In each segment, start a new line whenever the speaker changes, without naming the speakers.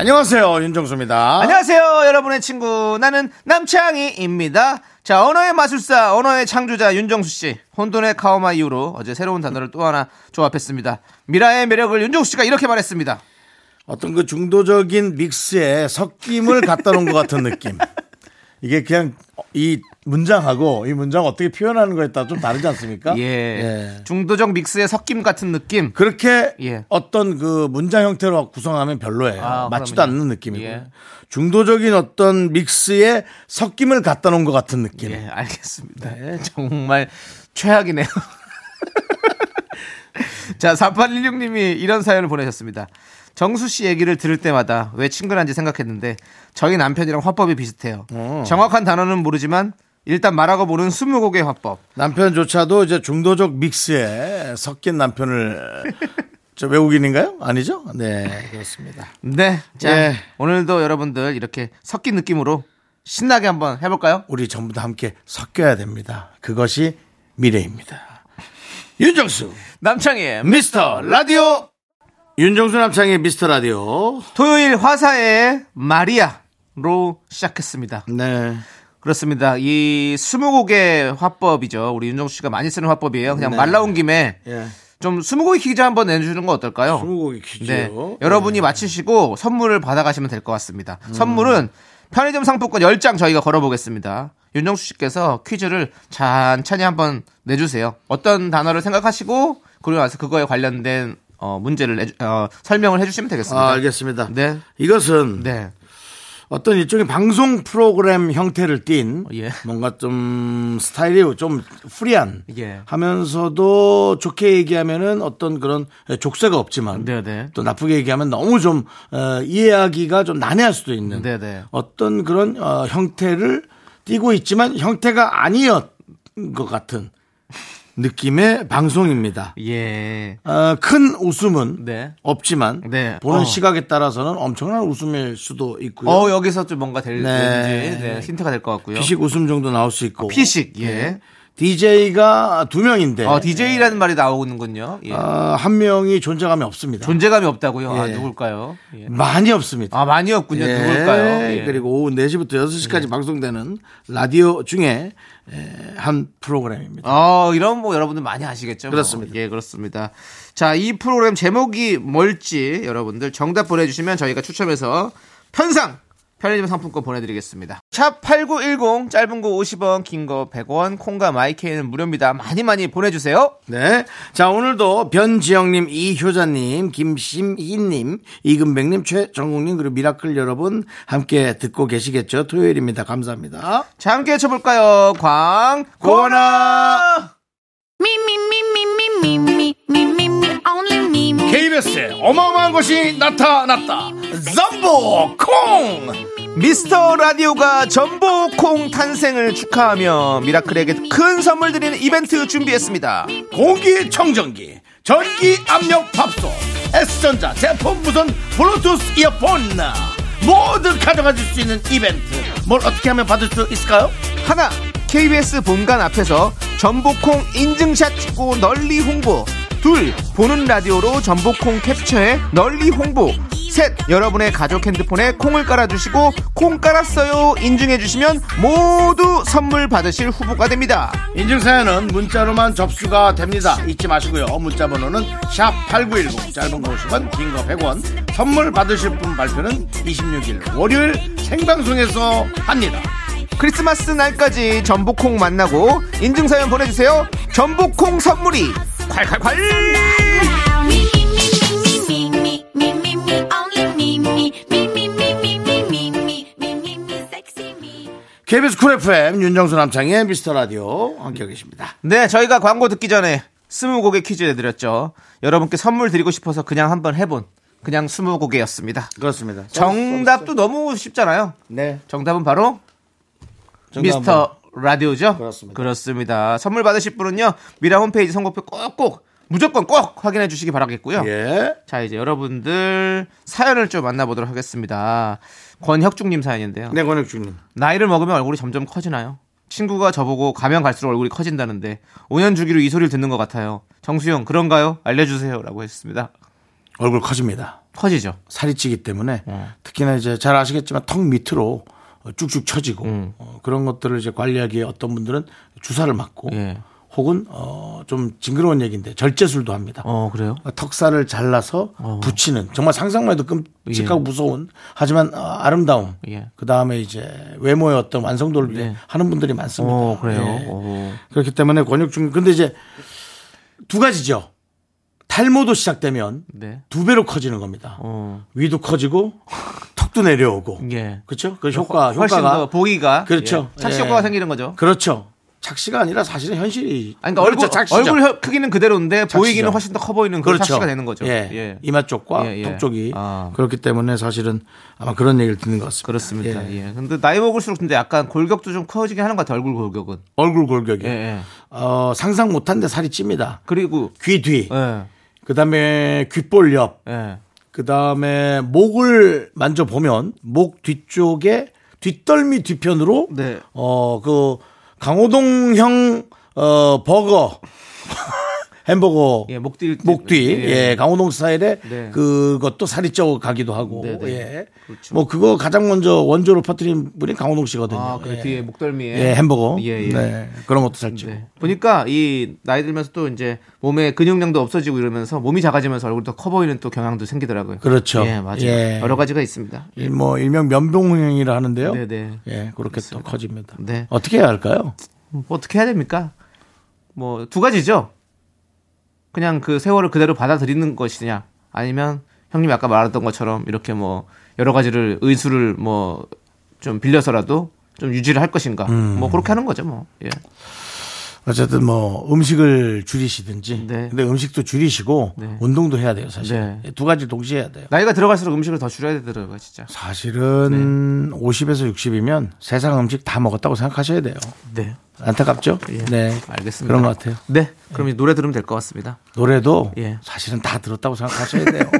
안녕하세요 윤정수입니다.
안녕하세요, 여러분의 친구. 나는 남창희입니다. 자, 언어의 마술사, 언어의 창조자 윤정수 씨. 혼돈의 카오마 이후로 어제 새로운 단어를 또 하나 조합했습니다. 미라의 매력을 윤정수 씨가 이렇게 말했습니다.
어떤 그 중도적인 믹스에 섞임을 갖다 놓은 것 같은 느낌. 이게 그냥 이 문장하고 이 문장 어떻게 표현하는 거에 따라 좀 다르지 않습니까?
예. 중도적 믹스의 섞임 같은 느낌.
그렇게
예.
어떤 그 문장 형태로 구성하면 별로예요.
아,
맞지도
그럼요.
않는 느낌이고
예.
중도적인 어떤 믹스에 섞임을 갖다 놓은 것 같은 느낌.
예, 알겠습니다. 예, 정말 최악이네요. 자, 4816님이 이런 사연을 보내셨습니다. 정수 씨 얘기를 들을 때마다 왜 친근한지 생각했는데 저희 남편이랑 화법이 비슷해요. 정확한 단어는 모르지만 일단 말하고 보는 20곡의 화법.
남편조차도 이제 중도적 믹스에 섞인 남편을 저 외국인인가요? 아니죠? 네 그렇습니다.
네. 자,
예.
오늘도 여러분들 이렇게 섞인 느낌으로 신나게 한번 해볼까요?
우리 전부 다 함께 섞여야 됩니다. 그것이 미래입니다. 윤정수
남창희의
미스터 라디오 윤정수 남창의 미스터 라디오
토요일 화사의 마리아로 시작했습니다.
네
그렇습니다. 이 스무곡의 화법이죠. 우리 윤정수 씨가 많이 쓰는 화법이에요.
네.
그냥 말 나온 김에
예.
좀 스무곡의 퀴즈 한번 내주는 거 어떨까요?
스무고개 퀴즈요?
네. 여러분이 맞히시고 선물을 받아가시면 될 것 같습니다.
음.
선물은 편의점 상품권 10장 저희가 걸어보겠습니다. 윤정수 씨께서 퀴즈를 찬찬히 한번 내주세요. 어떤 단어를 생각하시고 그리고 나서 그거에 관련된 어, 문제를 내주- 어, 설명을 해주시면 되겠습니다.
아, 알겠습니다.
네.
이것은
네.
어떤 일종의 방송 프로그램 형태를 띤
예.
뭔가 좀 스타일이 좀 프리한
예.
하면서도 좋게 얘기하면은 어떤 그런 족쇄가 없지만
네, 네.
또 나쁘게 얘기하면 너무 좀 어, 이해하기가 좀 난해할 수도 있는
네, 네.
어떤 그런 어, 형태를 띠고 있지만 형태가 아니었 것 같은 느낌의 방송입니다.
예.
어, 큰 웃음은
네.
없지만
네.
보는
어.
시각에 따라서는 엄청난 웃음일 수도 있고요.
어, 여기서 좀 뭔가 될,
네.
지 네, 힌트가 될 것 같고요.
피식 웃음 정도 나올 수 있고.
피식, 예.
DJ가 두 명인데
어, DJ라는 말이 나오는군요. 예.
어, 한 명이 존재감이 없습니다.
존재감이 없다고요? 아,
예.
누굴까요? 예.
많이 없습니다.
아, 많이 없군요.
예,
누굴까요? 예.
그리고 오후 4시부터 6시까지 방송되는 라디오 중에 에, 한 프로그램입니다.
어, 이런 뭐 여러분들 많이 아시겠죠? 뭐.
그렇습니다.
예, 그렇습니다. 자, 이 프로그램 제목이 뭘지 여러분들 정답 보내주시면 저희가 추첨해서 편상! 편의점 상품권 보내드리겠습니다. 샵 8910, 짧은 거 50원, 긴 거 100원, 콩과 마이케이는 무료입니다. 많이 많이 보내주세요.
네. 자, 오늘도 변지영님, 이효자님, 김심희님, 이금백님, 최정국님, 그리고 미라클 여러분 함께 듣고 계시겠죠. 토요일입니다. 감사합니다.
자, 함께 해쳐볼까요? 광, 고나!
Me, me, me, me, me, me, me, me, me, me, only me, me.
KBS에 어마어마한 것이 나타났다. zambo 콩!
미스터 라디오가 전복콩 탄생을 축하하며 미라클에게 큰 선물 드리는 이벤트 준비했습니다.
공기청정기, 전기압력 밥솥, S전자 제품 무선 블루투스 이어폰. 모두 가져가실 수 있는 이벤트. 뭘 어떻게 하면 받을 수 있을까요?
하나, KBS 본관 앞에서 전복콩 인증샷 찍고 널리 홍보. 둘, 보는 라디오로 전복콩 캡처해 널리 홍보. 셋, 여러분의 가족 핸드폰에 콩을 깔아주시고 콩 깔았어요 인증해주시면 모두 선물 받으실 후보가 됩니다.
인증사연은 문자로만 접수가 됩니다. 잊지 마시고요. 문자 번호는 샵 8910 짧은 거 50원, 긴 거 100원. 선물 받으실 분 발표는 26일 월요일 생방송에서 합니다.
크리스마스 날까지 전복콩 만나고 인증사연 보내주세요. 전복콩 선물이
Me, me, me, me, me, me, me, me, me, me, only me, me. Me, me, me, me, me, me, me, me, me, me, sexy me.
KBS 쿨 FM 윤정수 남창의 미스터 라디오 함께 계십니다.
네, 저희가 광고 듣기 전에 스무 곡의 퀴즈 내드렸죠. 여러분께 선물 드리고 싶어서 그냥 한번 해본 그냥 스무고개였습니다.
그렇습니다.
정답도 너무 쉽잖아요.
네.
정답은 바로
정답은
미스터 라디오죠.
그렇습니다.
그렇습니다. 선물 받으실 분은요 미라 홈페이지 선곡표 꼭꼭 무조건 꼭 확인해 주시기 바라겠고요.
예.
자 이제 여러분들 사연을 좀 만나보도록 하겠습니다. 권혁중님 사연인데요.
네, 권혁준님.
나이를 먹으면 얼굴이 점점 커지나요? 친구가 저보고 가면 갈수록 얼굴이 커진다는데 5년 주기로 이 소리를 듣는 것 같아요. 정수영 그런가요? 알려주세요라고 했습니다.
얼굴 커집니다.
커지죠.
살이 찌기 때문에
예.
특히나 이제 잘 아시겠지만 턱 밑으로 어, 쭉쭉 처지고
음.
어, 그런 것들을 이제 관리하기에 어떤 분들은 주사를 맞고
예.
혹은 어, 좀 징그러운 얘기인데 절제술도 합니다.
어 그래요?
턱살을 잘라서 붙이는 정말 상상만 해도 끔찍하고
예.
무서운 하지만 어, 아름다움
예.
그 다음에 이제 외모의 어떤 완성도를 위해
예.
하는 분들이 많습니다.
어, 그래요?
예.
어.
그렇기 때문에 권역중 근데 이제 두 가지죠. 탈모도 시작되면
네.
두 배로 커지는 겁니다.
어.
위도 커지고 턱도 내려오고
예.
그렇죠. 그 효과
훨씬
효과가
더 보기가
그렇죠.
예. 착시
예.
효과가 생기는 거죠.
그렇죠. 착시가 아니라 사실은 현실이
아니, 그러니까 얼굴
그렇죠. 착시죠.
얼굴 혀- 크기는 그대로인데
착시죠.
보이기는 훨씬 더 커 보이는 그런 착시가 되는 거죠.
예. 이마 쪽과
예, 예.
턱 쪽이
아.
그렇기 때문에 사실은 아마 그런 얘기를 듣는 것 같습니다.
그렇습니다.
예.
예. 근데 나이 먹을수록 근데 약간 골격도 좀 커지긴 하는 것 같아요. 얼굴 골격은.
얼굴 골격이
예. 예.
어, 상상 못한데 살이 찝니다.
그리고
귀 뒤,
예.
그다음에 귓볼 옆,
예.
그다음에 목을 만져보면 목 뒤쪽에 뒷덜미 뒤편으로
네.
어 그 강호동형 어 버거 햄버거
예, 목 뒤.
목뒤
예.
예. 강호동 스타일의
네.
그것도 살이 쪄 가기도 하고
네, 네.
예.
그렇죠.
뭐 그거 가장 먼저 원조로 퍼뜨린 분이 강호동 씨거든요.
아, 그
예.
뒤에 목덜미에.
예, 햄버거.
예, 예.
네. 그런 것도 살찌고.
네. 보니까 이 나이 들면서 또 이제 몸의 근육량도 없어지고 이러면서 몸이 작아지면서 얼굴이 더 커 보이는 또 경향도 생기더라고요.
그렇죠.
예, 맞아요.
예.
여러 가지가 있습니다.
일- 뭐 일명 면봉형이라 하는데요.
네, 네.
예, 그렇게 또 커집니다.
네.
어떻게 해야 할까요?
뭐 어떻게 해야 됩니까? 뭐 두 가지죠. 그냥 그 세월을 그대로 받아들이는 것이냐, 아니면 형님이 아까 말했던 것처럼 이렇게 뭐 여러 가지를 의술을 뭐 좀 빌려서라도 좀 유지를 할 것인가,
음.
뭐 그렇게 하는 거죠, 뭐. 예.
어쨌든 뭐 음식을 줄이시든지
네.
근데 음식도 줄이시고
네.
운동도 해야 돼요, 사실. 예,
네.
두 가지 동시에 해야 돼요.
나이가 들어갈수록 음식을 더 줄여야 되더라고요, 진짜. 네.
사실은 50에서 60이면 세상 음식 다 먹었다고 생각하셔야 돼요.
네,
안타깝죠?
예.
네.
알겠습니다.
그런 것 같아요.
네, 그럼 이제 노래 들으면 될 것 같습니다.
노래도
예.
사실은 다 들었다고 생각하셔야 돼요.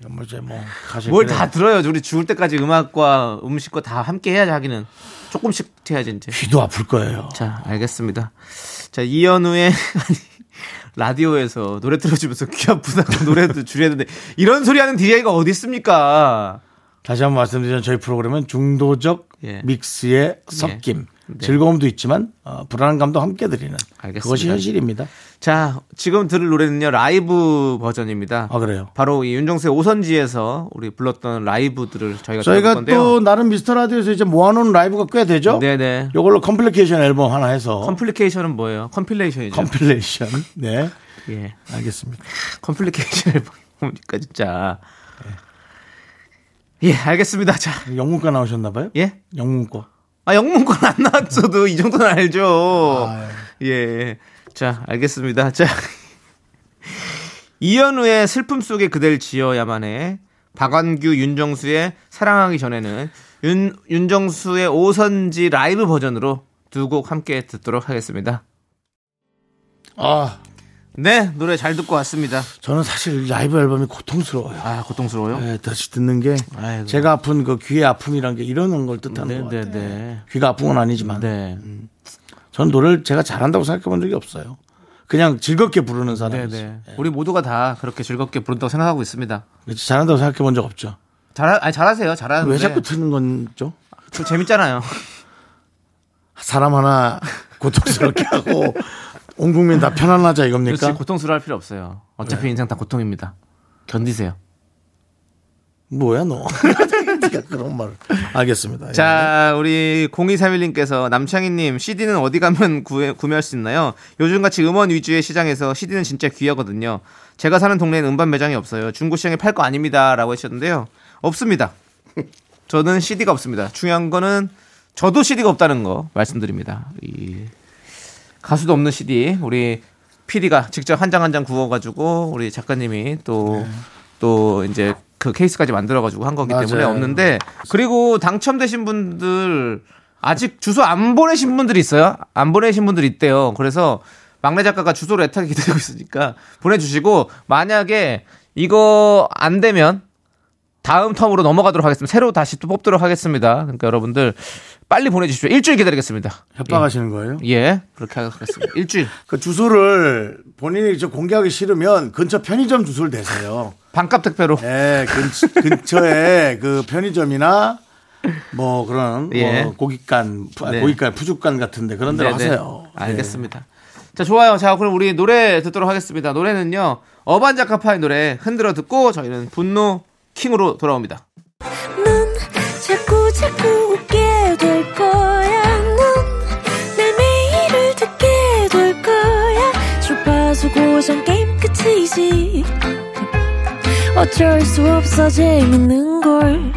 이런 뭐 이제 뭐 사실
뭘
그래.
다 들어요, 우리 죽을 때까지 음악과 음식과 다 함께 해야지 하기는 조금씩 해야지 이제.
귀도 아플 거예요.
자, 알겠습니다. 자, 이현우의 아니, 라디오에서 노래 틀어주면서 귀 아프다고 노래도 줄여야 되는데 이런 소리 하는 DJ가 어디 있습니까?
다시 한번 말씀드리면 저희 프로그램은 중도적
예.
믹스의 섞임.
네.
즐거움도 있지만 어, 불안감도 함께 드리는
알겠습니다.
그것이 현실입니다.
자, 지금 들을 노래는요. 라이브 버전입니다.
아 그래요.
바로 이 윤정수의 오선지에서 우리 불렀던 라이브들을 저희가 들을
저희가
건데요.
또 나름 미스터 라디오에서 이제 모아놓은 라이브가 꽤 되죠.
네네.
이걸로 컴플리케이션 앨범 하나 해서
컴플리케이션은 뭐예요? 컴필레이션이죠.
컴필레이션. 네,
예.
알겠습니다.
컴플리케이션을 보니까 진짜. 예, 알겠습니다. 자,
영문과 나오셨나봐요.
예.
영문과.
아, 영문권 안 나왔어도 이 정도는 알죠.
아유.
예, 예. 자, 알겠습니다. 자. 이현우의 슬픔 속에 그댈 지어야만 해. 박완규, 윤정수의 사랑하기 전에는 윤, 윤정수의 오선지 라이브 버전으로 두 곡 함께 듣도록 하겠습니다.
아,
네, 노래 잘 듣고 왔습니다.
저는 사실 라이브 앨범이 고통스러워요.
아, 고통스러워요.
예, 다시 듣는 게
아이고.
제가 아픈 그 귀의 아픔이란 게 이러는 걸 뜻하는
네,
것
네,
같아요.
네.
귀가 아픈 건 아니지만 음.
네.
저는 노래를 제가 잘한다고 생각해 본 적이 없어요. 그냥 즐겁게 부르는
네,
사람이지.
네. 우리 모두가 다 그렇게 즐겁게 부른다고 생각하고 있습니다.
잘한다고 생각해 본 적 없죠.
잘, 아니, 잘하세요. 잘하는데.
왜 자꾸 트는 건죠?
좀 재밌잖아요.
사람 하나 고통스럽게 하고 온 국민 다 편안하자 이겁니까?
그렇지 고통스러워할 필요 없어요. 어차피 인생 다 고통입니다. 네. 견디세요.
뭐야 너? 네가 그런 말을. 알겠습니다. 예.
자, 우리 0231님께서 남창희님 CD는 어디 가면 구해, 구매할 수 있나요? 요즘같이 음원 위주의 시장에서 CD는 진짜 귀하거든요. 제가 사는 동네엔 음반 매장이 없어요. 중고 시장에 팔 거 아닙니다라고 하셨는데요. 없습니다. 저는 CD가 없습니다. 중요한 거는 저도 CD가 없다는 거 말씀드립니다. 이 가수도
네.
없는 CD 우리 PD가 직접 한 장 한 장 구워가지고 우리 작가님이 또 또 이제 그 케이스까지 만들어가지고 한 거기 때문에
맞아요.
없는데 그리고 당첨되신 분들 아직 주소 안 보내신 분들이 있어요. 안 보내신 분들이 있대요. 그래서 막내 작가가 주소를 애타게 기다리고 있으니까 보내주시고 만약에 이거 안 되면 다음 텀으로 넘어가도록 하겠습니다. 새로 다시 또 뽑도록 하겠습니다. 그러니까 여러분들 빨리 보내주십시오. 일주일 기다리겠습니다.
협박하시는 거예요?
예, 예, 그렇게 하겠습니다. 일주일.
그 주소를 본인이 저 공개하기 싫으면 근처 편의점 주소를 대세요.
반값 택배로.
예, 근, 근처에 그 편의점이나 뭐 그런
예.
뭐 고깃간, 푸- 아,
네.
고깃간, 푸죽간 같은 데 그런 데로
네네.
하세요. 네.
알겠습니다. 자, 좋아요. 자, 그럼 우리 노래 듣도록 하겠습니다. 노래는요. 어반자카파의 노래 흔들어 듣고 저희는 분노 킹으로 돌아옵니다.
넌 자꾸 자꾸 웃게 될 거야. 넌내 매일을 듣게 될 거야. 주파수 고정 게임 끝이지. 어쩔 수 없어 재밌는 걸.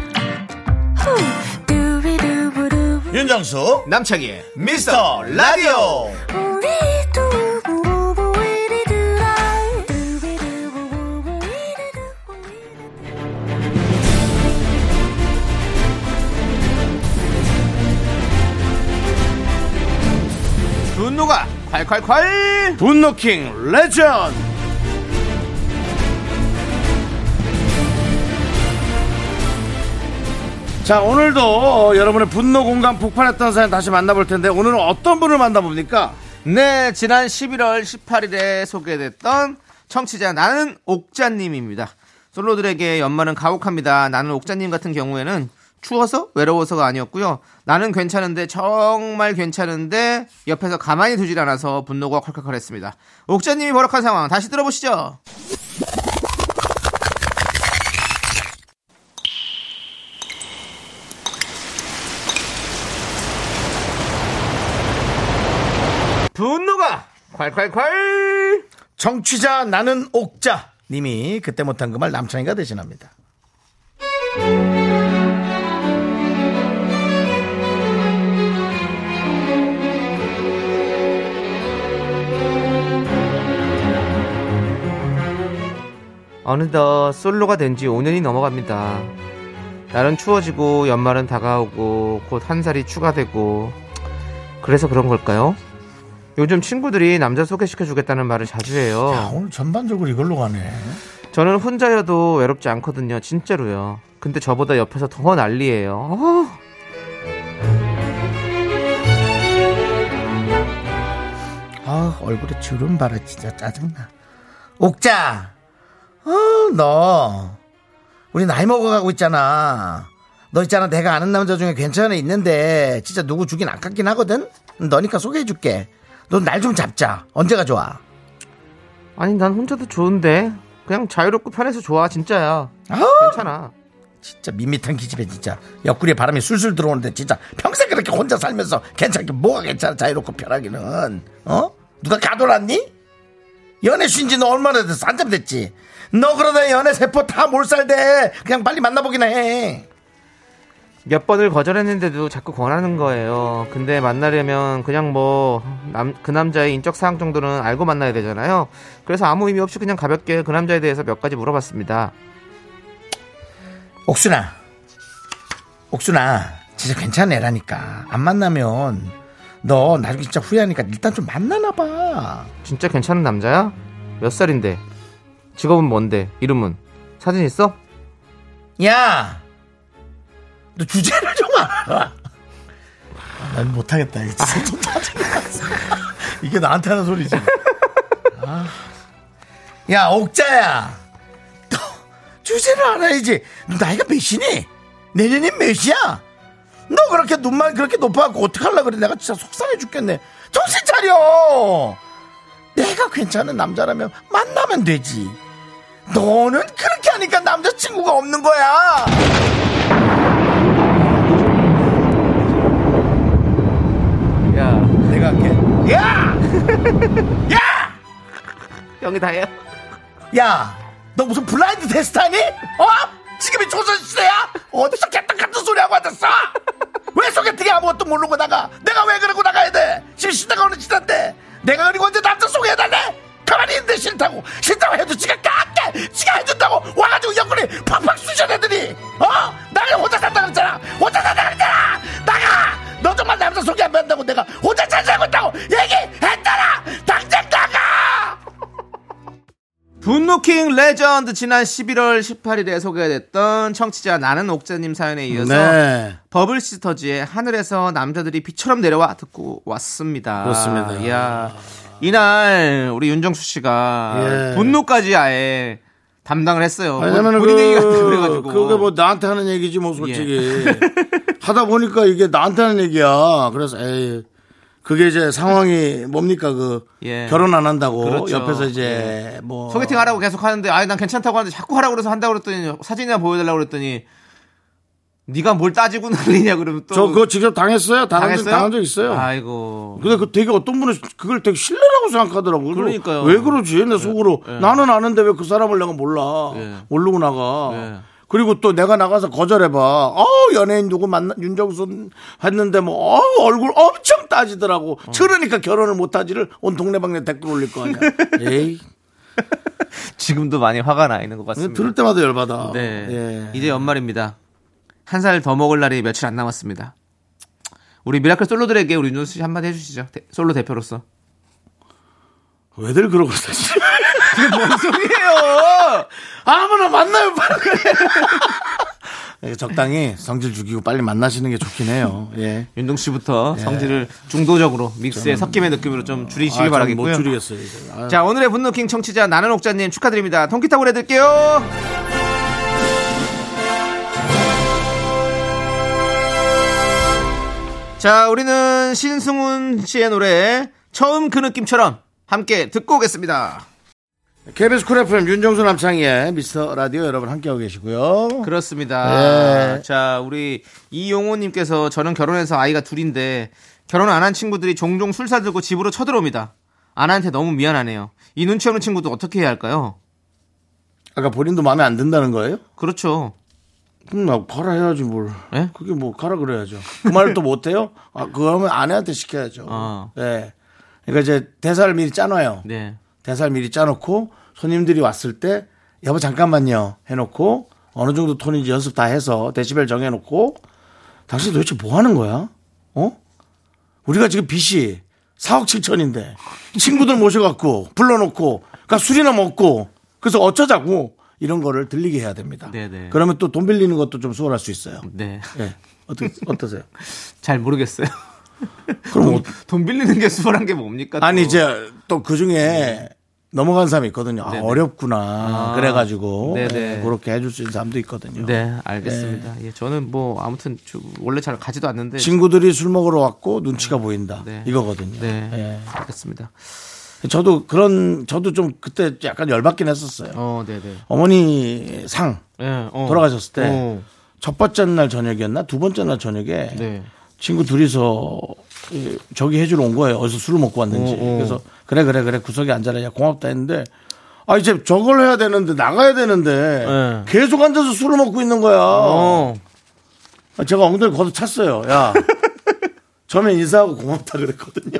후. 두비두부두.
예. 윤정수,
남창희의
미스터 라디오.
우리 두부부부 우리들아. 두비두부부부 우리들아.
분노가 콸콸콸!
분노킹 레전드. 자, 오늘도 어, 여러분의 분노 공간 폭발했던 사연 다시 만나볼 텐데 오늘은 어떤 분을 만나봅니까?
네, 지난 11월 18일에 소개됐던 청취자 나는 옥자님입니다. 솔로들에게 연말은 가혹합니다. 나는 옥자님 같은 경우에는 추워서 외로워서가 아니었고요. 나는 괜찮은데 정말 괜찮은데 옆에서 가만히 두질 않아서 분노가 콸콸콸했습니다. 옥자님이 버럭한 상황 다시 들어보시죠. 분노가 콸콸콸!
정취자 나는 옥자 님이 그때 못한 그 말 남창이가 대신합니다.
어느덧 솔로가 된 지 5년이 넘어갑니다. 날은 추워지고 연말은 다가오고 곧 한 살이 추가되고 그래서 그런 걸까요? 요즘 친구들이 남자 소개시켜 주겠다는 말을 자주 해요.
오늘 전반적으로 이걸로 가네.
저는 혼자여도 외롭지 않거든요. 진짜로요. 근데 저보다 옆에서 더 난리예요. 어.
아 얼굴에 주름 바라 진짜 짜증나. 옥자, 아, 어너 우리 나이 먹어가고 있잖아. 너 있잖아 내가 아는 남자 중에 괜찮은 애 있는데 진짜 누구 주긴 아깝긴 하거든. 너니까 소개해줄게. 넌 날 좀 잡자. 언제가 좋아?
아니 난 혼자도 좋은데 그냥 자유롭고 편해서 좋아 진짜야.
아
괜찮아.
진짜 밋밋한 기집애 진짜 옆구리에 바람이 술술 들어오는데 진짜 평생 그렇게 혼자 살면서 괜찮게 뭐가 괜찮아 자유롭고 편하기는 어 누가 가둬놨니 연애 쉰지 너 얼마나 됐어 한참 됐지 너 그러다 연애 세포 다 몰살돼 그냥 빨리 만나보기나 해
몇 번을 거절했는데도 자꾸 권하는 거예요. 근데 만나려면 그냥 뭐, 남, 그 남자의 인적 사항 정도는 알고 만나야 되잖아요. 그래서 아무 의미 없이 그냥 가볍게 그 남자에 대해서 몇 가지 물어봤습니다.
옥순아 옥순아 진짜 괜찮은 애라니까 안 만나면 너 나중에 진짜 후회하니까 일단 좀 만나나 봐
진짜 괜찮은 남자야? 몇 살인데? 직업은 뭔데? 이름은? 사진 있어?
야, 너 주제를 좀 알아. 아, 난 못하겠다. 이게 진짜 좀 짜증났어. 이게 나한테 하는 소리지. 아. 야, 옥자야. 너 주제를 알아야지. 너 나이가 몇이니? 내년이 몇이야? 너 그렇게 눈만 그렇게 높아갖고 어떡하려고 그래. 내가 진짜 속상해 죽겠네. 정신 차려! 내가 괜찮은 남자라면 만나면 되지. 너는 그렇게 하니까 남자친구가 없는 거야.
야,
내가 할게. 야!
형이 다해.
야! 너 무슨 블라인드 테스트 하니? 어? 지금이 조선시대야? 어디서 개떡 같은 소리 하고 앉았어? 왜 소개팅에 아무것도 모르고 나가? 내가 왜 그러고 나가야 돼? 지금 시대가 어느 시대인데? 내가 그리고 언제 남자 소개해달래? 가만히 있는데 싫다고. 싫다고 해도 지가 깎게! 지가 해준다고 와가지고 머리 팍팍 쑤셔 애들이 어? 나를 혼자 산다 그랬잖아 혼자 산다 그랬잖아 나가 너 정말 남자 소개 안 받는다고 내가 혼자 살자고 했다고 얘기했잖아 당장 나가
분노킹 레전드 지난 11월 18일에 소개됐던 청취자 나는 옥자님 사연에 이어서
네.
버블시스터즈의 하늘에서 남자들이 비처럼 내려와 듣고 왔습니다.
그렇습니다.
이야, 이날 우리 윤정수 씨가
예.
분노까지 아예 담당을 했어요.
왜냐면
본인 얘기 같다
그,
그래가지고. 예.
그게 뭐 나한테 하는 얘기지 뭐 솔직히 하다 보니까 이게 나한테 하는 얘기야 그래서 에이 그게 이제 상황이 뭡니까 그
예.
결혼 안 한다고
그렇죠. 예.
옆에서 이제 뭐
소개팅 하라고 계속 하는데 아난 괜찮다고 하는데 자꾸 하라고 그래서 한다고 그랬더니 사진이나 보여달라고 그랬더니 네가 뭘 따지고 난리냐 그러면 또
저 그거 직접 당했어요 당한 적,
당했어요?
당한 적 있어요
아이고.
근데 그 되게 어떤 분은 그걸 되게 신뢰라고 생각하더라고요.
그러니까요. 예.
왜 그러지? 내 속으로 나는 아는데 왜 그 사람을 내가 몰라? 모르고 나가.
예.
그리고 또 내가 나가서 거절해봐. 어 연예인 누구 만나 윤정수 했는데 뭐 어, 얼굴 엄청 따지더라고.
어.
그러니까 결혼을 못하지를 온 동네방네 댓글 올릴 거 아니야.
예.
에이
지금도 많이 화가 나 있는 것 같습니다.
들을 때마다 열받아.
네.
예.
이제 연말입니다. 한 살 더 먹을 날이 며칠 안 남았습니다. 우리 미라클 솔로들에게 우리 윤정수 씨 한마디 해주시죠. 대- 솔로 대표로서.
왜들 그러고 있었지?
뭔 소리예요?
아무나 만나요 빨리. 적당히 성질 죽이고 빨리 만나시는 게 좋긴 해요. 예.
윤동 씨부터 성질을 중도적으로 믹스에 섞임의 느낌으로 좀 줄이시길
아, 저는
바라겠고요.
못 줄이겠어요. 이제. 아,
자 오늘의 분노킹 청취자 나는옥자님 축하드립니다. 통기타 보내드릴게요. 자 우리는 신승훈 씨의 노래 처음 그 느낌처럼 함께 듣고 오겠습니다.
KBS 쿨 FM 윤정수 남창희의 미스터 라디오 여러분 함께하고 계시고요.
그렇습니다.
예.
자, 우리 이용호님께서 저는 결혼해서 아이가 둘인데 결혼 안 한 친구들이 종종 술사 들고 집으로 쳐들어옵니다. 아나한테 너무 미안하네요. 이 눈치 없는 친구도 어떻게 해야 할까요?
아까 본인도 마음에 안 든다는 거예요?
그렇죠.
그럼 나 가라 해야지 뭘.
예?
그게 뭐 가라 그래야죠. 그 말을 또 못해요? 아, 그러면 아내한테 시켜야죠.
어.
예. 그러니까 이제 대사를 미리 짜놔요.
네.
대사를 미리 짜놓고 손님들이 왔을 때 여보 잠깐만요 해놓고 어느 정도 톤인지 연습 다 해서 데시벨 정해놓고 당신 도대체 뭐 하는 거야? 어? 우리가 지금 빚이 4억 7천인데 친구들 모셔갖고 불러놓고 그러니까 술이나 먹고 그래서 어쩌자고 이런 거를 들리게 해야 됩니다.
네네.
그러면 또 돈 빌리는 것도 좀 수월할 수 있어요.
네.
예. 어떠, 어떠세요?
잘 모르겠어요.
그럼 어-
돈 빌리는 게 수월한 게 뭡니까? 또?
아니 이제 또 그 중에 넘어간 사람이 있거든요. 아, 어렵구나. 그래가지고
네네.
예, 그렇게 해줄 수 있는 사람도 있거든요.
네, 알겠습니다. 예, 저는 뭐 아무튼 저- 원래 잘 가지도 않는데.
예. 친구들이 술 먹으러 왔고 눈치가 보인다
네.
이거거든요.
네. 알겠습니다.
예. 저도 그런 저도 좀 그때 약간 열받긴 했었어요.
어, 네, 네.
어머니 상
예, 어.
돌아가셨을 때 첫
어.
번째 날 저녁이었나 두 번째 날 저녁에
네.
친구 둘이서 이, 저기 해주러 온 거예요. 어디서 술을 먹고 왔는지.
어, 어.
그래서 그래 그래 그래 구석에 앉아라. 야 고맙다 했는데 아 이제 저걸 해야 되는데 나가야 되는데
네.
계속 앉아서 술을 먹고 있는 거야.
어.
아, 제가 엉덩이 걷어 찼어요. 야 처음에 인사하고 고맙다 그랬거든요.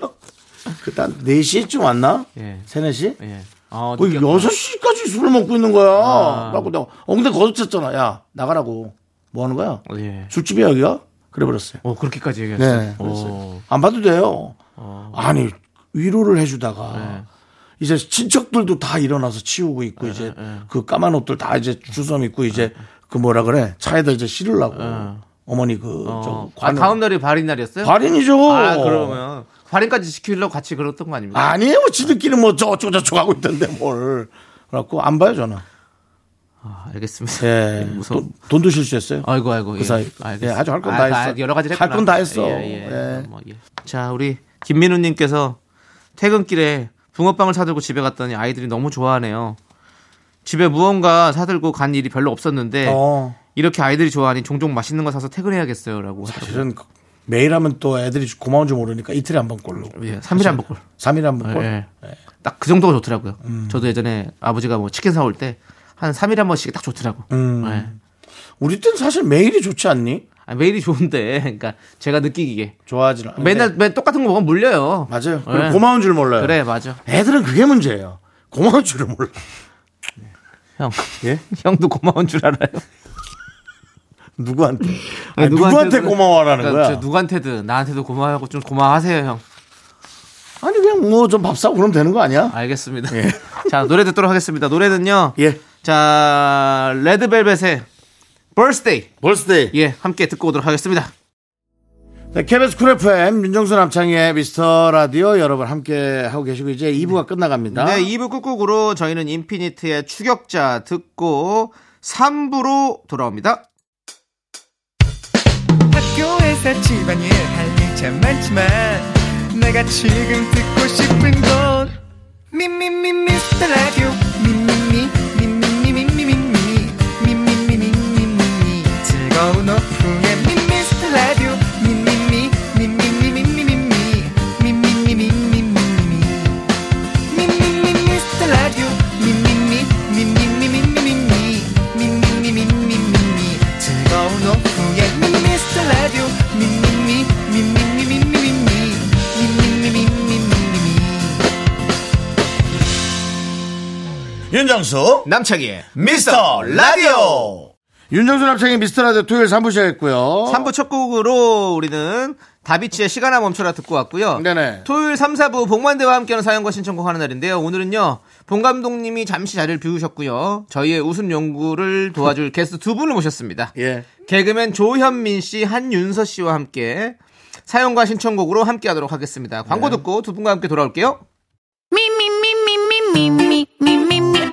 그한 4시쯤 왔나?
예.
3, 4시?
예. 아,
거의
느꼈구나. 아.
6시까지 술을 먹고 있는 거야. 라고 내가 엉덩이 걷어 찼잖아. 야 나가라고. 뭐 하는 거야?
예.
술집이야 여기가? 그래 버렸어요.
어, 그렇게까지 얘기했어요. 어.
네. 안 봐도 돼요. 아니, 위로를 해주다가.
네.
이제 친척들도 다 일어나서 치우고 있고 이제
네.
그 까만 옷들 다 이제 주섬 입고 이제 그 뭐라 그래 차에다 이제 실으려고 어머니 그저
네. 어. 아, 다음 날이 발인 날이었어요?
관인이죠.
아, 그러면 발인까지 지키려고 같이 그랬던 거 아닙니까?
니에요 지들끼리 뭐 저쪽 저쪽 하고 있던데 뭘 그래갖고 안 봐요 저는.
아, 알겠습니다.
예.
무서워.
돈, 돈도 실수했어요.
아이고 아이고.
그 사이.
알겠습니다.
예, 아주 할건다
아,
했어.
여러 가지
할건다 했어. 예.
뭐, 자, 우리 김민우 님께서 퇴근길에 붕어빵을 사들고 집에 갔더니 아이들이 너무 좋아하네요. 집에 무언가 사들고 간 일이 별로 없었는데
어.
이렇게 아이들이 좋아하니 종종 맛있는 거 사서 퇴근해야겠어요라고 하더라고요.
사실은 그 매일 하면 또 애들이 고마운 줄 모르니까 이틀에 한 번 꼴로.
예, 3일에 한 번.
3일에 한 번 꼴.
예. 딱 그 정도가 좋더라고요.
음.
저도 예전에 아버지가 뭐 치킨 사올 때 한 3일에 한 번씩 딱 좋더라고.
음.
예.
우리 땐 사실 매일이 좋지 않니?
아, 매일이 좋은데, 그러니까 제가 느끼기에
좋아하지는 않
맨날 맨 똑같은 거 먹으면 물려요.
맞아요.
예.
그리고 고마운 줄 몰라요.
그래, 맞아.
애들은 그게 문제예요. 고마운 줄을 몰라.
형.
예?
형도 고마운 줄 알아요.
누구한테? 아니, 누구한테 고마워라는
그러니까
거야?
저 누구한테든 나한테도 고마워하고 좀 고마워하세요, 형.
아니 그냥 뭐 좀 밥 사고 그러면 되는 거 아니야?
알겠습니다.
예.
자, 노래 듣도록 하겠습니다. 노래는요.
예.
자, 레드벨벳의 birthday.
벌스데이.
예, 함께 듣고 오도록 하겠습니다.
네, KBS 쿨 FM 윤정수 남창의 미스터 라디오 여러분 함께 하고 계시고 이제 2부가 끝나갑니다.
네, 2부 꾹꾹으로 저희는 인피니트의 추격자 듣고 3부로 돌아옵니다.
학교에서 집안일 할 일 참 많지만 내가 지금 듣고 싶은 건 미미미 미스터 라디오 미미미 미미미 미미미 미미미 미미미 미미미 즐거운 오후에 미미스터 라디오 미미미 미미미 미미미 미미미 미미미 미미미 예,
윤정수
남창희의
미스터 라디오 윤정수 남창의 미스터 라디오 토요일 3부 시작했고요.
3부 첫 곡으로 우리는 다비치의 시간아 멈춰라 듣고 왔고요.
네네.
토요일 3, 4부 복만대와 함께하는 사연과 신청곡하는 날인데요. 오늘은요. 봉 감독님이 잠시 자리를 비우셨고요. 저희의 웃음 연구를 도와줄 게스트 두 분을 모셨습니다.
예.
개그맨 조현민 씨, 한윤서 씨와 함께 사연과 신청곡으로 함께하도록 하겠습니다. 광고 듣고 두 분과 함께 돌아올게요.
Me, me, me, me, me, me, me, me, me, me,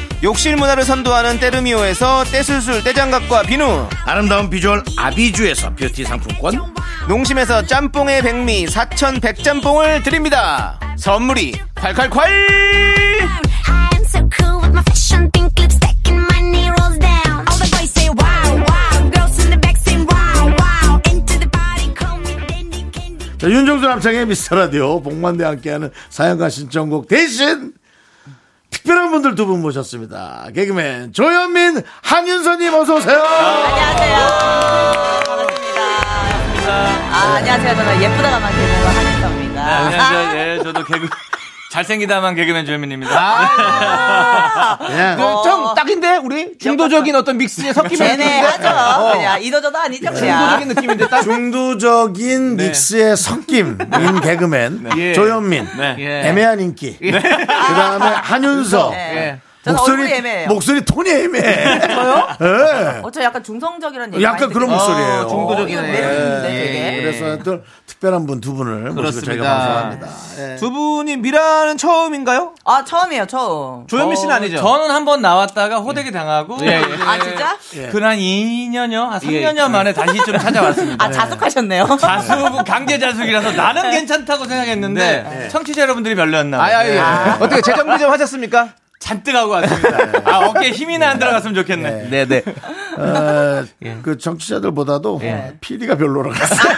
욕실 문화를 선도하는 때르미오에서 떼술술 떼장갑과 비누
아름다운 비주얼 아비주에서 뷰티 상품권
농심에서 짬뽕의 백미 사천 백짬뽕을 드립니다 선물이 콸콸콸
I am so cool with my fashion, pink lipstick and my knee rolls down. All the boys say wow, wow. Girls in the back say wow, wow. Into the party, call me dandy candy.
자, 윤정수 남창의 미스터 라디오 복만대 함께하는 사연과 신청곡 대신 특별한 분들 두 분 모셨습니다 개그맨 조현민 한윤서님 어서오세요
아,
안녕하세요. 반갑습니다. 아, 안녕하세요. 저는 예쁘다가만 개그맨 한혜성입니다.
안녕하세요. 예, 저도 개그 잘생기다만 개그맨 조현민입니다.
네.
예.
어.
정그 딱인데 우리 중도적인 어떤 믹스에 섞이면
네네,
있는데? 어,
하죠.
어.
그냥 이도저도 아니죠, 그냥.
중도적인 느낌인데 딱
중도적인
네.
믹스의 섞임인 개그맨 조현민
예.
애매한 인기 그다음에 한윤서
네. 저는
예. 목소리
얼굴이 애매해요.
목소리 톤이 애매해 저요?
어, 저 약간 중성적이라는 얘기
약간
많이
그런
듣거든요.
목소리예요 예.
중도적인 예.
이건
네.
매력인데, 되게.
그래서 또 특별한 분 두 분을 모시고 저희가 방송합니다
네.
두 분이 미라는 처음인가요?
아, 처음이에요, 처음.
조현민 씨는 아니죠?
어, 저는 한 번 나왔다가 호되게 당하고
예, 예.
아, 진짜?
그한 2년여, 한 3년여
예.
만에 다시 좀 찾아왔습니다.
아, 자숙하셨네요.
자숙 강제 자숙이라서 나는 괜찮다고 생각했는데 네. 청취자 여러분들이 별로였나 봐요.
아야야 예. 어떻게 재정 비좀 하셨습니까?
잔뜩 하고 왔습니다. 아, 어깨에 힘이나 안 들어갔으면 좋겠네.
네네
어, 그 정치자들보다도 PD가 별로라고 했어요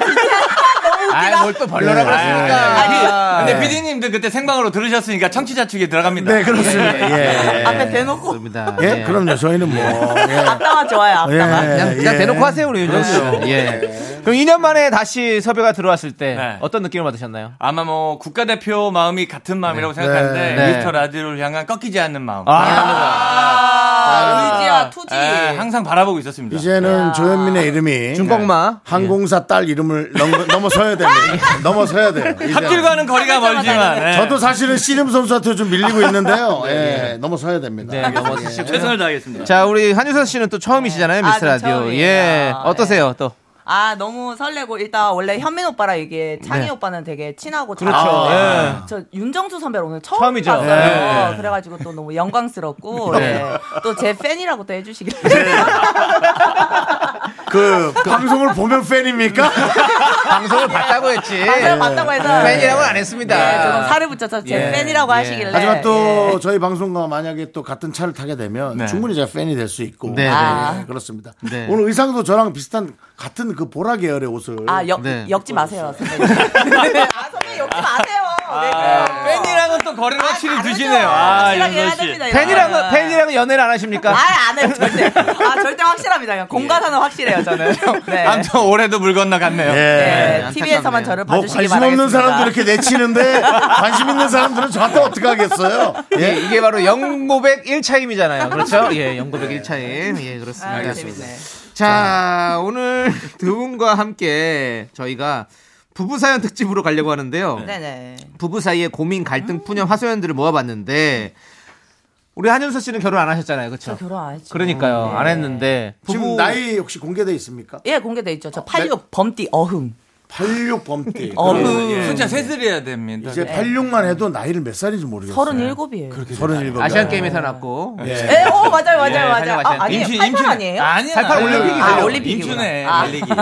아뭘또 벌려라 그랬습니까?
네. 아니, 근데 피디님들 그때 생방으로 들으셨으니까 청취자 측에 들어갑니다.
네 그렇습니다 예, 예.
앞에 대놓고.
그렇습니다.
예?
예.
그럼요 저희는 뭐 예.
앞담화 좋아요, 앞담화.
그냥, 그냥
예.
대놓고 하세요, 우리 윤정 씨. 예. 그럼 2년 만에 다시 섭외가 들어왔을 때
네.
어떤 느낌을 받으셨나요?
아마 뭐 국가대표 마음이 같은 마음이라고 생각하는데
네.
미스터 라디오를 향한 꺾이지 않는 마음.
아,
아, 의지와 투지.
예, 항상 바라보고 있었습니다.
이제는 조현민의 이름이
중공마.
항공사 딸 이름을 넘- 넘어서야 됩니다. 넘어서야 돼요. 이제.
합질과는 거리가 멀지만 예.
저도 사실은 씨름 선수한테 좀 밀리고 있는데요. 예, 넘어서야 됩니다.
네. 최선을 다하겠습니다.
네. 자, 우리 한유선 씨는 또 처음이시잖아요,
네.
미스
아, 네. 저
라디오.
처음이에요.
예. 어떠세요, 또?
아, 너무 설레고, 일단 원래 현민 오빠랑 이게 창희 오빠는 되게 친하고. 그렇죠. 저 윤정수 선배를 오늘 처음
처음이죠.
봤어요. 그래가지고 또 너무 영광스럽고, 또 제 팬이라고 또 해주시길.
그 방송을 보면 팬입니까?
방송을 봤다고 했지.
맞아요, 맞다고 해서.
네. 팬이라고는 안 했습니다.
예, 조금 살을 붙여서 제
예.
팬이라고 하시길래.
하지만 또
예.
저희 방송과 만약에 또 같은 차를 타게 되면 충분히 제가 팬이 될 수 있고
네, 네.
아.
네, 그렇습니다.
네.
오늘 의상도 저랑 비슷한 같은 그 보라 계열의 옷을
아, 역,
네.
역지 마세요, 선배님. 아, 선배님, 역지 마세요. 네, 그래요.
팬이랑은 또 거리를 확실히
다르죠.
두시네요. 아,
확실하게 해야
윤서 씨.
됩니다.
팬이랑은 팬이랑은 연애를 안 하십니까?
아안 해요, 절대. 아, 절대 확실합니다. 그냥 공과사는 확실해요, 저는. 네.
예. 아무튼 올해도 물 건너갔네요.
예.
네, TV에서만 저를
뭐
봐주시기
관심 없는
바라겠습니다.
사람들 이렇게 내치는데 관심 있는 사람들은 저한테 어떻게 하겠어요?
예, 이게 바로 영고백 1차임이잖아요. 그렇죠? 예, 영고백 1차임. 예, 그렇습니다.
아, 재밌네.
자, 오늘 두 분과 함께 저희가 부부 사연 특집으로 가려고 하는데요.
네네.
부부 사이의 고민, 갈등, 푸념, 화소연들을 모아봤는데 우리 한윤서 씨는 결혼 안 하셨잖아요. 그렇죠?
결혼 안 했죠.
그러니까요. 안 했는데
지금
부부
나이 혹시 공개돼 있습니까?
예, 공개돼 있죠. 저 86 범띠 어흥.
86 범띠. 네.
어흥. 그-
그
네.
숫자 셋을 해야 됩니다.
이제 86만 해도 나이를 몇 살인지 모르겠어요.
37이에요.
37.
아시안 게임에서 났고 네.
예.
예, 오, 맞아요, 맞아요, 맞아요.
다녀가셨네.
아, 아니, 임신, 아니에요?
아니야.
살팔 올림픽이
아,
달려.
올림픽이구나.
임춘에
아.
달리기.
예,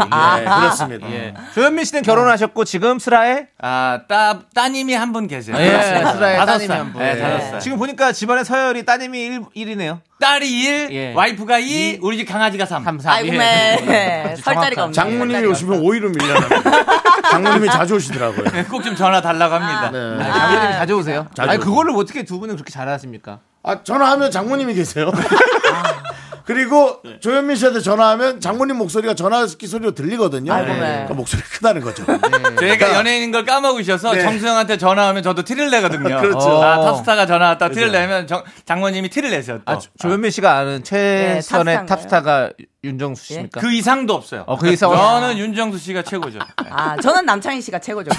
그렇습니다.
예. 조현민 씨는 결혼하셨고 지금 슬아의
아, 따, 따님이 한 분 계세요.
슬아의 예,
네, 다섯
따님이
살.
한 분.
네,
예.
다섯 살.
지금 보니까 집안의 서열이 따님이 1, 이네요
딸이 1,
예.
와이프가 2, 우리 집 강아지가 3.
3, 4.
아이고, 매. 설 자리가 없네.
장모님이 오시면 오히려 밀려나요. 장모님이 자주 오시더라고요.
꼭 좀 전화 달라고 합니다.
아,
네.
장모님이 자주 오세요.
네.
자주
아니
오세요.
그걸로 어떻게 두 분은 그렇게 잘하십니까?
아, 전화하면 장모님이 계세요. 그리고 조현민 씨한테 전화하면 장모님 목소리가 전화기 소리로 들리거든요.
아이고, 네.
그러니까 목소리가 크다는 거죠. 그러니까
저희가 연예인인 걸 까먹으셔서
네.
정수영한테 전화하면 저도 티를 내거든요.
그렇죠.
아, 탑스타가 전화 왔다 티를 내면 정, 장모님이 티를 내세요. 또.
아, 조- 조현민 씨가 아는 최선의
네, 탑스타인가요? 예?
탑스타가 윤정수 씨입니까?
그 이상도 없어요.
어, 그 이상.
저는 윤정수 씨가 최고죠.
아, 저는 남창희 씨가 최고죠.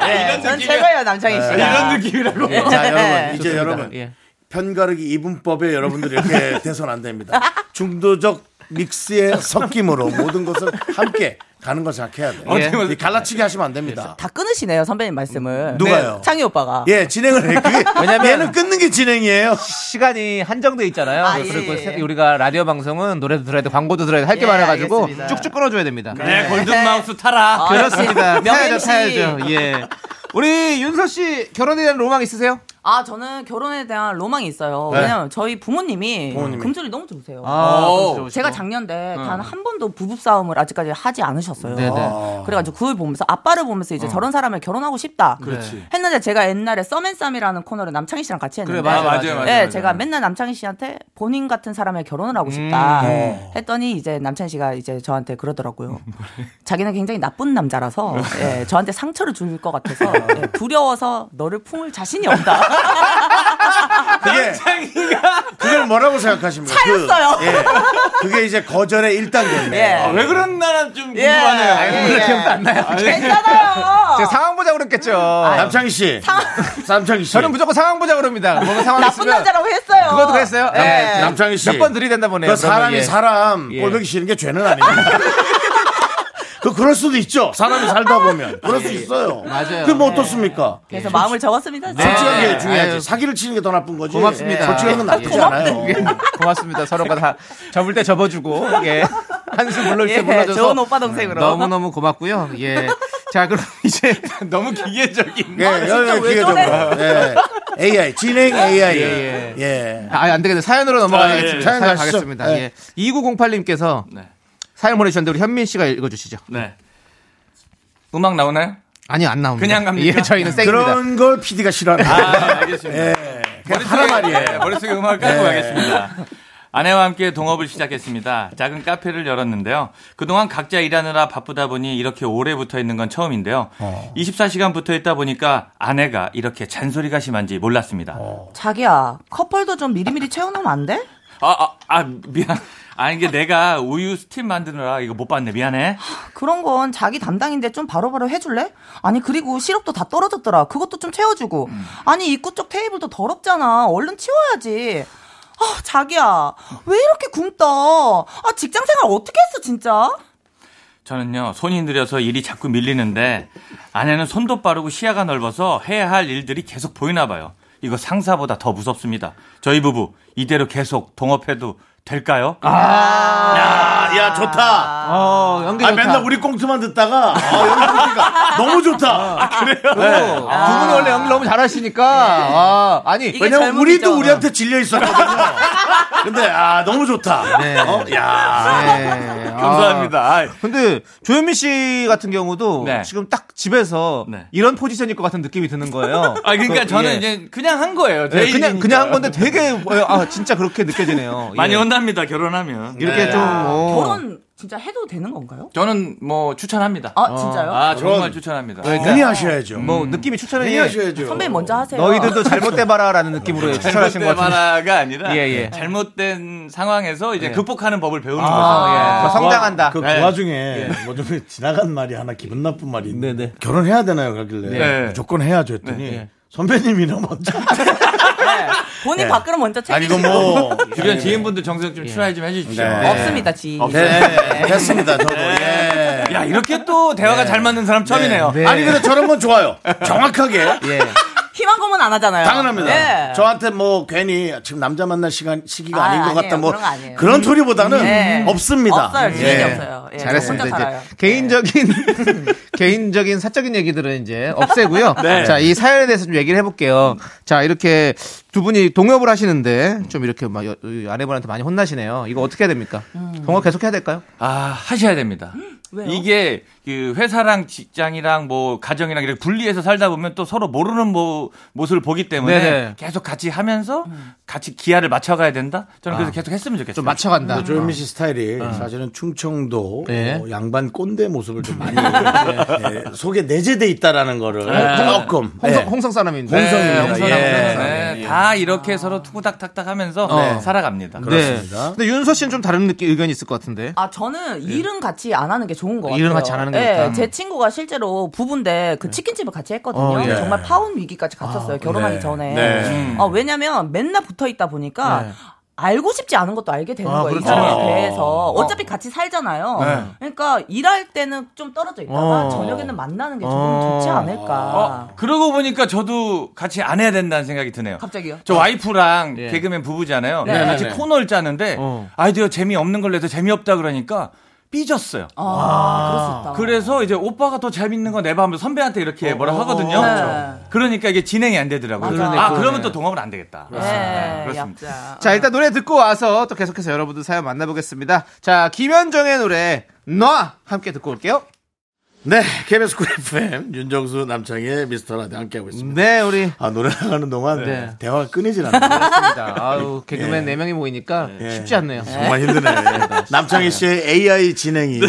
네, 저는 최고예요, 남창희 씨가. 네.
느낌이라고.
자, 여러분. 이제
좋습니다.
여러분.
예.
편가르기 이분법에 여러분들이 이렇게 돼선 안 됩니다. 중도적 믹스의 섞임으로 모든 것을 함께 가는 걸 생각해야
어떻게
돼요.
보면-
이 갈라치기 하시면 안 됩니다.
다 끊으시네요, 선배님 말씀을.
누가요?
네, 창희 오빠가.
예, 진행을 해. 그게
왜냐면-
얘는 끊는 게 진행이에요.
시간이 한정돼 있잖아요.
아,
그리고
예.
세- 우리가 라디오 방송은 노래도 들어야 돼, 광고도 들어야 돼, 할 게
예,
많아가지고
알겠습니다.
쭉쭉 끊어줘야 됩니다.
네, 골든마우스 타라.
아,
그렇습니다.
역시
타야죠,
명예씨.
타야죠. 예. 우리 윤서 씨 결혼에 대한 로망 있으세요?
아, 저는 결혼에 대한 로망이 있어요.
네.
왜냐면 저희 부모님이,
부모님이.
금전이 너무 좋으세요.
오.
아, 그러시고. 네.
제가 작년에 단 한 번도 부부 싸움을 아직까지 하지 않으셨어요.
네네. 어.
그래가지고 그걸 보면서 아빠를 보면서 이제 저런 사람을 결혼하고 싶다. 했는데 제가 옛날에 썸앤쌈이라는 코너를 남창희 씨랑 같이 했는데
그래, 맞아요,
아, 맞아요, 맞아요.
예, 제가 맨날 남창희 씨한테 본인 같은 사람의 결혼을 하고
음,
싶다
네.
했더니 이제 남창희 씨가 이제 저한테 그러더라고요.
음,
자기는 굉장히 나쁜 남자라서 예, 저한테 상처를 줄 것 같아서 예, 두려워서 너를 품을 자신이 없다.
그게 그걸 뭐라고 생각하십니까? 그-
차였어요.
예. 그게 이제 거절의 1단계입니다.
예.
아, 왜 그랬나는 좀 궁금하네요.
예, 예. 괜찮아요.
제가 네, 상황 보자 그랬겠죠.
음.
남창희 씨. 남창희 씨.
저는 무조건 상황 보자 그럽니다. 뭔가 상황
나쁜 남자라고 했어요. 네.
그것도 그랬어요. 예.
남창희 씨.
몇번 들이댄다 보네요.
그 사람이
그러면, 예.
사람
예.
꼴보기 싫은 게 죄는 아닙니다. 그 그럴 수도 있죠. 사람이 살다 보면 그럴 수 있어요.
예. 맞아요.
그뭐 어떻습니까?
그래서 마음을 적었습니다.
솔직한 게
네.
중요하지.
아유.
사기를 치는 게 더 나쁜 거지.
아,
고맙습니다.
솔직한 건 나쁘지
예.
않아요.
예. 고맙습니다. 서로가 다 접을 때 접어주고 예. 한숨 물러올 때
예,
물러줘서 음,
좋은 오빠 동생으로.
너무 너무 고맙고요. 예. 자 그럼 이제
너무 기계적인.
예, 여기
아, 왜
기계
저래?
정보. 예. AI 진행 AI.
예,
예.
아안 되겠네 사연으로 넘어가겠습니다.
아, 예.
사연
사연 가시죠.
가겠습니다.
예.
예. 2908님께서
네.
사연 보내주셨는데 우리 현민 씨가 읽어주시죠.
네. 음악 나오나요?
아니요 안 나옵니다.
그냥 갑니까?
예, 저희는 쌩입니다. 아,
그런 걸 PD가 싫어합니다.
아, 알겠습니다.
그냥 하나 말이에요.
네, 머릿속에 음악을 깔고 가겠습니다. 아내와 함께 동업을 시작했습니다. 작은 카페를 열었는데요. 그동안 각자 일하느라 바쁘다 보니 이렇게 오래 붙어 있는 건 처음인데요. 24시간 붙어 있다 보니까 아내가 이렇게 잔소리가 심한지 몰랐습니다.
자기야, 컵홀더 좀 미리미리 채워놓으면 안 돼?
아, 아, 아, 미안. 아, 이게 내가 우유 스팀 만드느라 이거 못 봤네. 미안해.
그런 건 자기 담당인데 좀 바로바로 해줄래? 아니 그리고 시럽도 다 떨어졌더라. 그것도 좀 채워주고.
음.
아니 입구 쪽 테이블도 더럽잖아. 얼른 치워야지. 아 자기야 왜 이렇게 굶떠? 아 직장 생활 어떻게 했어 진짜?
저는요 손이 느려서 일이 자꾸 밀리는데 아내는 손도 빠르고 시야가 넓어서 해야 할 일들이 계속 보이나 봐요. 이거 상사보다 더 무섭습니다. 저희 부부 이대로 계속 동업해도 될까요? 아, 야,
야, 야, 좋다.
어, 연기
아,
좋다.
맨날 우리 꽁트만 듣다가, 아, 여기 꽁트가 너무 좋다. 아, 그래요?
어, 두 분이 원래 연기 너무
네.
잘하시니까. 아, 아니.
이게
왜냐면
젊음이죠.
우리도 우리한테 질려 있었거든요. 근데, 아, 너무 좋다.
네.
어? 야,
네.
감사합니다. 아이,
근데 조현민 씨 같은 경우도
네.
지금 딱 집에서
네.
이런 포지션일 것 같은 느낌이 드는 거예요.
아, 그러니까
그,
저는
예.
이제 그냥 한 거예요. 제
네, 그냥
일이니까.
그냥 한 건데 되게 어, 아 진짜 그렇게 느껴지네요. 예.
많이 아, 혼납니다. 결혼하면.
예.
이렇게 좀 어.
결혼 진짜 해도 되는 건가요?
저는 뭐 추천합니다.
어.
아 진짜요?
아, 정말
결혼.
추천합니다.
그러니까
많이 하셔야죠.
뭐 느낌이 추천해.
많이
예.
하셔야죠.
선배님 먼저 하세요.
너희들도 잘못돼봐라라는 느낌으로 추천하신 것
아, 잘못된
같은데.
만화가 아니라
예, 예.
잘못된 상황에서 이제 극복하는 법을 배우는
아,
거죠. 예.
성장한다.
네.
그 와중에
예.
뭐 좀 지나간 말이 하나 기분 나쁜 말이 있는데
네,
결혼해야 되나요? 그러길래
네.
무조건 해야죠 했더니
네.
선배님이나 먼저
본인 밖으로 먼저
예. 아니,
책임.
이거 뭐.
네.
주변 지인분들 정성 좀 출하해 좀 해주십시오.
네.
없습니다 지인.
네, 됐습니다. 저도,
네.
예.
야 이렇게 또 대화가
네.
잘 맞는 사람 처음이네요.
아니, 근데 저런 건 좋아요. 정확하게.
예. 희망 고문 안 하잖아요.
당연합니다.
예.
저한테 뭐 괜히 지금 남자 만날 시간 시기가
아,
아, 닌것
아니에요.
같다 뭐
그런 거 아니에요.
그런 소리보다는
네.
없습니다.
없어요. 지인이
예.
없어요. 예,
잘했습니다.
혼자
이제 그
살아요.
개인적인 개인적인 사적인 얘기들은 이제 없애고요. 자, 이 사연에 대해서 좀 얘기를 해볼게요. 자, 이렇게 두 분이 동업을 하시는데 좀 이렇게 막 여- 여- 아내분한테 많이 혼나시네요. 이거 어떻게 해야 됩니까?
음.
동업 계속 해야 될까요?
아 하셔야 됩니다.
왜요?
이게 그 회사랑 직장이랑 뭐 가정이랑 이렇게 분리해서 살다 보면 또 서로 모르는 뭐 모습을 보기 때문에
네네.
계속 같이 하면서
음.
같이 기아를 맞춰가야 된다. 저는 그래서 계속 했으면 좋겠어요.
아. 좀 맞춰간다. 어.
또 조현민 씨 스타일이 사실은 충청도
예.
어, 양반 꼰대 모습을 좀 많이 예, 속에 내재돼 있다라는 거를 조금
홍성,
예.
홍성 사람입니다.
네,
홍성입니다.
홍성합니다.
예.
네, 다 이렇게 서로 투구닥탁닥하면서 살아갑니다.
어. 네. 근데 윤서 씨는 좀 다른 느낌, 의견이 있을 것 같은데.
아 저는 일은 같이 안 하는 게 좋은 것 같아요.
예. 일은 같이 안 하는 게
예,
좋다. 예.
제 친구가 실제로 부부인데 그 치킨집을 같이 했거든요.
어, 예.
정말 파혼 위기까지 갔었어요. 결혼하기
네.
전에.
네.
음.
어, 왜냐면 맨날 붙어 있다 보니까
네.
알고 싶지 않은 것도 알게 되는 거예요. 이
그렇죠. 네.
사람에 대해서 어차피 같이 살잖아요. 그러니까 일할 때는 좀 떨어져 있다가
어.
저녁에는 만나는 게 좀
어.
좋지 않을까.
어, 그러고 보니까 저도 같이 안 해야 된다는 생각이 드네요.
갑자기요?
저 와이프랑 개그맨 부부잖아요.
네.
같이
네, 네.
코너를 짜는데
어.
아이디어 재미없는 걸 내서 재미없다 그러니까 삐졌어요.
아, 그럴 수 있다.
그래서 이제 오빠가 더 재밌는 건 내봐 하면 선배한테 이렇게 뭐라 하거든요.
네.
그러니까 이게 진행이 안 되더라고요.
맞아.
아, 그러면 또 동업은 안 되겠다.
예,
그렇습니다.
약자.
자, 일단 노래 듣고 와서 또 계속해서 여러분들 사연 만나보겠습니다. 자, 김현정의 노래, 너! 함께 듣고 올게요.
네, KBS 쿨 FM 윤정수 남창의 미스터 라디오 함께하고 있습니다.
네, 우리.
아 노래 나가는 동안
네.
대화가 끊이질 않네요.
맞습니다. 아유, 개그맨 네명이 모이니까 쉽지 않네요.
예. 정말 힘드네. 요 남창희 씨의 AI 진행이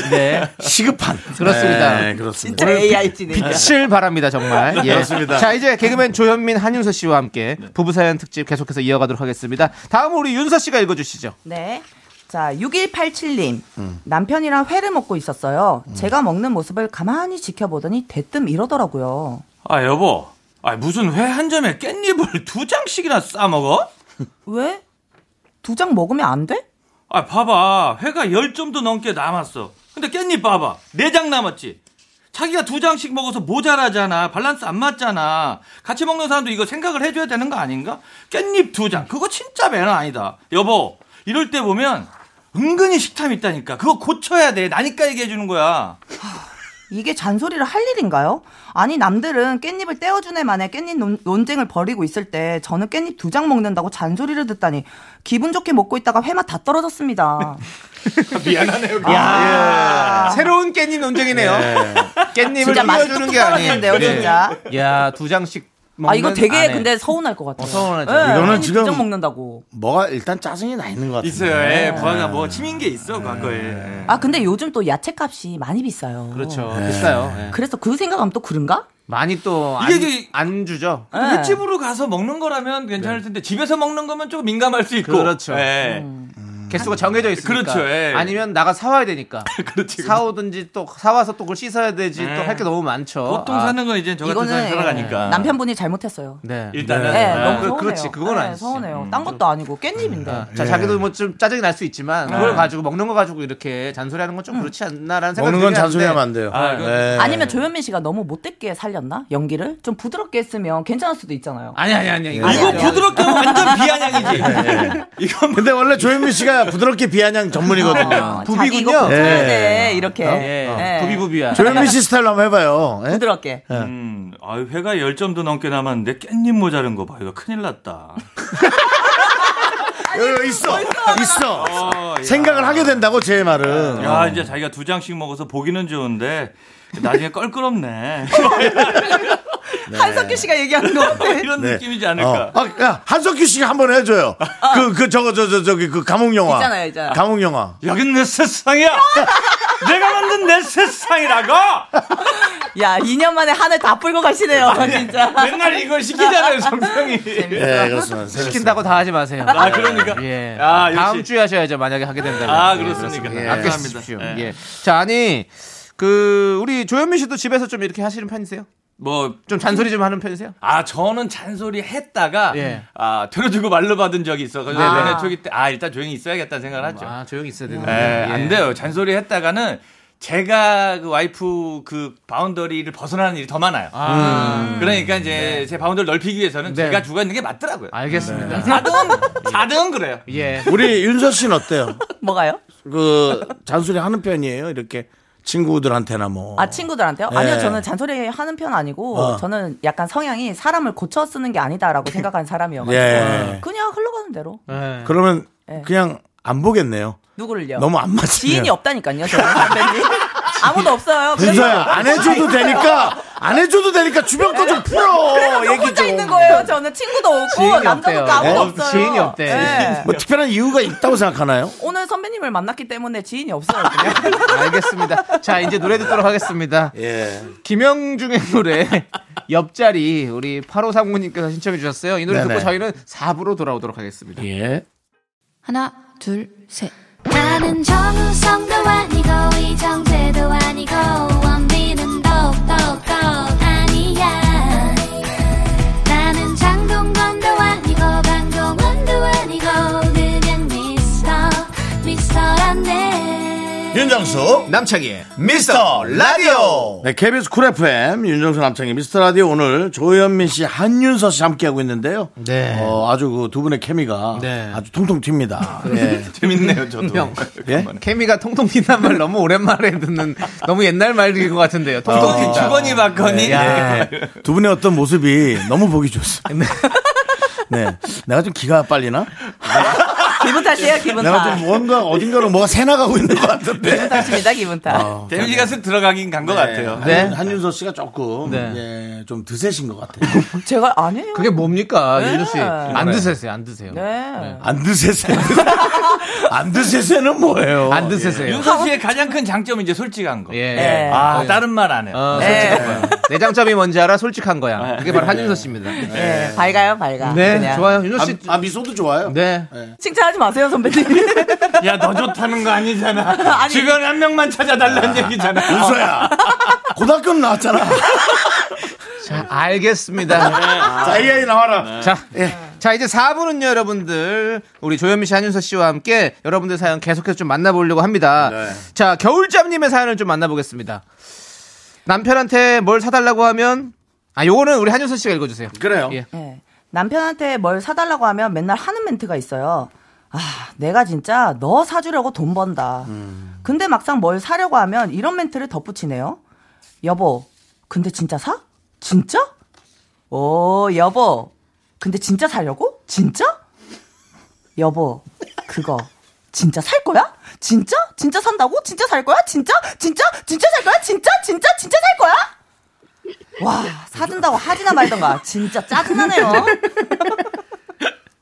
시급한.
네. 그렇습니다.
네, 그렇습니다.
진짜 AI 진행.
빛을 바랍니다, 정말. 예.
네, 그렇습니다.
자, 이제 개그맨 조현민, 한윤서 씨와 함께 부부사연 특집 계속해서 이어가도록 하겠습니다. 다음은 우리 윤서 씨가 읽어주시죠.
네. 자, 6187님. 남편이랑 회를 먹고 있었어요. 제가 먹는 모습을 가만히 지켜보더니 대뜸 이러더라고요.
아, 여보. 아, 무슨 회 한 점에 깻잎을 두 장씩이나 싸먹어?
왜? 두 장 먹으면 안 돼?
아, 봐봐. 회가 열 점도 넘게 남았어. 근데 깻잎 봐봐. 네 장 남았지? 자기가 두 장씩 먹어서 모자라잖아. 밸런스 안 맞잖아. 같이 먹는 사람도 이거 생각을 해줘야 되는 거 아닌가? 깻잎 두 장. 그거 진짜 매너 아니다. 여보, 이럴 때 보면 은근히 식탐 있다니까. 그거 고쳐야 돼. 나니까 얘기해주는 거야.
이게 잔소리를 할 일인가요? 아니, 남들은 깻잎을 떼어준 애만에 깻잎 논, 논쟁을 벌이고 있을 때 저는 깻잎 두 장 먹는다고 잔소리를 듣다니 기분 좋게 먹고 있다가 회맛 다 떨어졌습니다.
아, 예.
새로운 깻잎 논쟁이네요. 깻잎을
진짜 맛이
띄워주는
뚝뚝
게 아니에요. 네.
떨어지는데요, 진짜.
야, 두 장씩 먹는
아, 이거 되게
아내.
근데 서운할 것 같아요.
어, 서운하죠.
이거는
깻잎
지금-
두 장 먹는다고.
뭐가 일단 짜증이 나 있는 것 같아요.
있어요.
네.
예, 부하가 뭐 치민 게 있어, 과거에. 예.
아, 근데 요즘 또 야채값이 많이 비싸요.
그렇죠. 비싸요. 예.
그래서 그 생각하면 또 그런가?
많이 또 안
이게 이제-
주죠.
예.
횟집으로 가서 먹는 거라면 괜찮을 텐데 집에서 먹는 거면 조금 민감할 수 있고.
네. 그렇죠.
예.
음.
개수가 정해져 있으니까.
그렇죠, 예.
아니면 나가 사와야 되니까.
그렇지.
사오든지 또 사와서 또 그걸 씻어야 되지 또
예.
할 게 너무 많죠.
보통
아,
사는 건 이제 저 같은 사람이 살아가니까.
예, 남편분이 잘못했어요.
네.
일단은.
네,
예.
너무 서운해요.
그렇지, 그건
네,
아니지.
서운해요. 딴 것도 아니고 깻잎인데.
예.
자, 자기도 뭐 좀 짜증이 날 수 있지만
예.
그걸 가지고 먹는 거 가지고 이렇게 잔소리하는
음.
건 좀 그렇지 않나라는 생각이
먹는 건
들긴 한데
잔소리하면 안 돼요.
아, 이건-
네.
아니면 조현민 씨가 너무 못됐게 살렸나? 연기를 좀 부드럽게 했으면 괜찮을 수도 있잖아요.
예.
아니 아니 아니.
이거 부드럽게 하면 완전 비아냥이지. 이건
근데 원래 조현민 씨가 제가 부드럽게 비아냥 전문이거든요.
어, 자기 이거
부비군요.
고쳐야
예.
돼 이렇게
예.
예.
부비부비야.
조현민 씨 스타일로 한번 해봐요. 예?
부드럽게
음, 아유, 회가 10점도 넘게 남았는데 깻잎 모자른 거 봐. 이거 큰일 났다.
여기 있어. 있어. 예. 생각을 하게 된다고 제 말은. 어.
야, 이제 자기가 두 장씩 먹어서 보기는 좋은데 나중에 껄끄럽네.
한석규 씨가 얘기하는 거 같아.
이런
네.
느낌이지 않을까.
어. 아, 야, 한석규 씨가 한번 해줘요. 그, 그, 저거, 저, 저, 저기, 그, 감옥 영화.
있잖아요, 있잖아요.
감옥 영화.
여긴 내 세상이야. 내가 만든 내 세상이라고.
야, 2년 만에 한을 다 풀고 가시네요, 진짜.
맨날 이걸 시키잖아요, 정성이.
예, 그렇습니다.
시킨다고 다 하지 마세요.
아, 그러니까.
예.
아, 역시.
다음 주에 하셔야죠. 만약에 하게 된다면.
아,
예,
그렇습니까.
그렇습니다. 예,
감사합니다.
아껴 쓰십시오.
예.
예. 자, 아니 그 우리 조현민 씨도 집에서 좀 이렇게 하시는 편이세요?
뭐
좀 잔소리 좀 하는 편이세요?
아, 저는 잔소리 했다가
예.
아, 들어주고 말로 받은 적이 있어. 그래서
네네.
연애 초기 때 아, 일단 조용히 있어야겠다는 생각을 하죠.
아, 조용히 있어야 음. 되는
예, 안 돼요. 잔소리 했다가는 제가 그 와이프 그 바운더리를 벗어나는 일이 더 많아요. 그러니까 이제 제 바운더를 넓히기 위해서는
네.
제가 주가 있는 게 맞더라고요.
알겠습니다.
네.
4등, 4등은 그래요.
예.
우리 윤서 씨는 어때요?
뭐가요?
그, 잔소리 하는 편이에요? 이렇게 친구들한테나 뭐.
아, 친구들한테요? 아니요,
예.
저는 잔소리 하는 편 아니고,
어.
저는 약간 성향이 사람을 고쳐 쓰는 게 아니다라고 생각하는 사람이어가지고,
예.
그냥 흘러가는 대로.
예.
그러면 그냥 안 보겠네요.
누구를요?
너무 예. 안 맞으면.
예. 지인이 없다니까요, 저는 선배님. 아무도 없어요. 그래서-
윤서야, 안 해줘도 되니까, 안 해줘도 되니까 주변 거 좀 풀어.
그래서 저
얘기
혼자
좀.
있는 거예요. 저는 친구도 없고,
지인이
남자도
없대요.
없고, 아무도
어,
없어요.
지인이 없대.
예.
그렇죠.
뭐 특별한 이유가 있다고 생각하나요?
오늘 선배님을 만났기 때문에 지인이 없어요, 그냥.
알겠습니다. 자, 이제 노래 듣도록 하겠습니다.
예.
김영중의 노래 옆자리 우리 8539님께서 신청해 주셨어요. 이 노래
네네.
듣고 저희는 4부로 돌아오도록 하겠습니다.
예.
하나, 둘, 셋. 나는 정우성도 아니고, 이정재도 아니고, 원빈은 더욱더 아니야. 나는 장동건도 아니고, 강동원도 아니고, 그냥 미스터, 미스터란데.
윤정수.
남창희의
미스터 라디오. 네, KBS 쿨 FM 윤정수 남창희 미스터 라디오 오늘 조현민 씨, 한윤서 씨 함께하고 있는데요.
네.
어, 아주 그 두 분의 케미가
네.
아주 통통 튑니다. 예.
재밌네요, 저도.
예?
케미가 통통 튄단 말 너무 오랜만에 듣는 너무 옛날 말인 것 같은데요. 통통
어,
튄다.
주거니 받거니. 네.
야.
예. 두 분의 어떤 모습이 너무 보기 좋습니다. 네. 내가 좀 기가 빨리나?
기분 탓이에요, 기분
내가
탓.
좀 뭔가 어딘가로 뭐가 새나가고 있는 것
기분
같은데.
탓입니다, 기분 탓.
데미지가 쓱 들어가긴 간 네, 것 같아요.
네. 한, 윤서 씨가 조금 예, 좀 드세신 것 같아요.
제가 아니에요.
그게 뭡니까?
네.
윤수 씨. 안 드세요, 안 드세요.
네.
안 드세세. 안 드세세는 뭐예요?
안 드세요.
윤서 씨의 가장 큰 장점은 이제 솔직한 거.
예.
네.
아, 다른 말 안 해요.
어,
네.
솔직한 거야. 내 장점이 뭔지 알아? 솔직한 거야. 그게 바로 한윤서 씨입니다. 네,
네, 밝아요, 밝아. 그냥.
좋아요. 윤서
아,
씨.
아, 미소도 좋아요.
네.
칭찬하지 마세요, 선배님.
야, 너 좋다는 거 아니잖아.
아니.
주변 한 명만 찾아달라는 얘기잖아. 어.
윤서야. 고등학교 나왔잖아.
자, 알겠습니다.
자, AI 나와라.
자,
예.
자 이제 4부는요 여러분들 우리 조현미 씨, 한윤서 씨와 함께 여러분들 사연 계속해서 좀 만나보려고 합니다.
네.
자 겨울잠님의 사연을 좀 만나보겠습니다. 남편한테 뭘 사달라고 하면 아 요거는 우리 한윤서 씨가 읽어주세요.
그래요.
예.
예. 남편한테 뭘 사달라고 하면 맨날 하는 멘트가 있어요. 아, 내가 진짜 너 사주려고 돈 번다. 근데 막상 뭘 사려고 하면 이런 멘트를 덧붙이네요. 여보, 근데 진짜 사? 진짜? 오, 여보, 근데 진짜 사려고? 진짜? 여보, 그거. 진짜 살 거야? 진짜? 진짜 산다고? 진짜 살 거야? 진짜? 진짜? 진짜 살 거야? 진짜? 진짜? 진짜 살 거야? 와, 사준다고 하지나 말던가. 진짜 짜증나네요.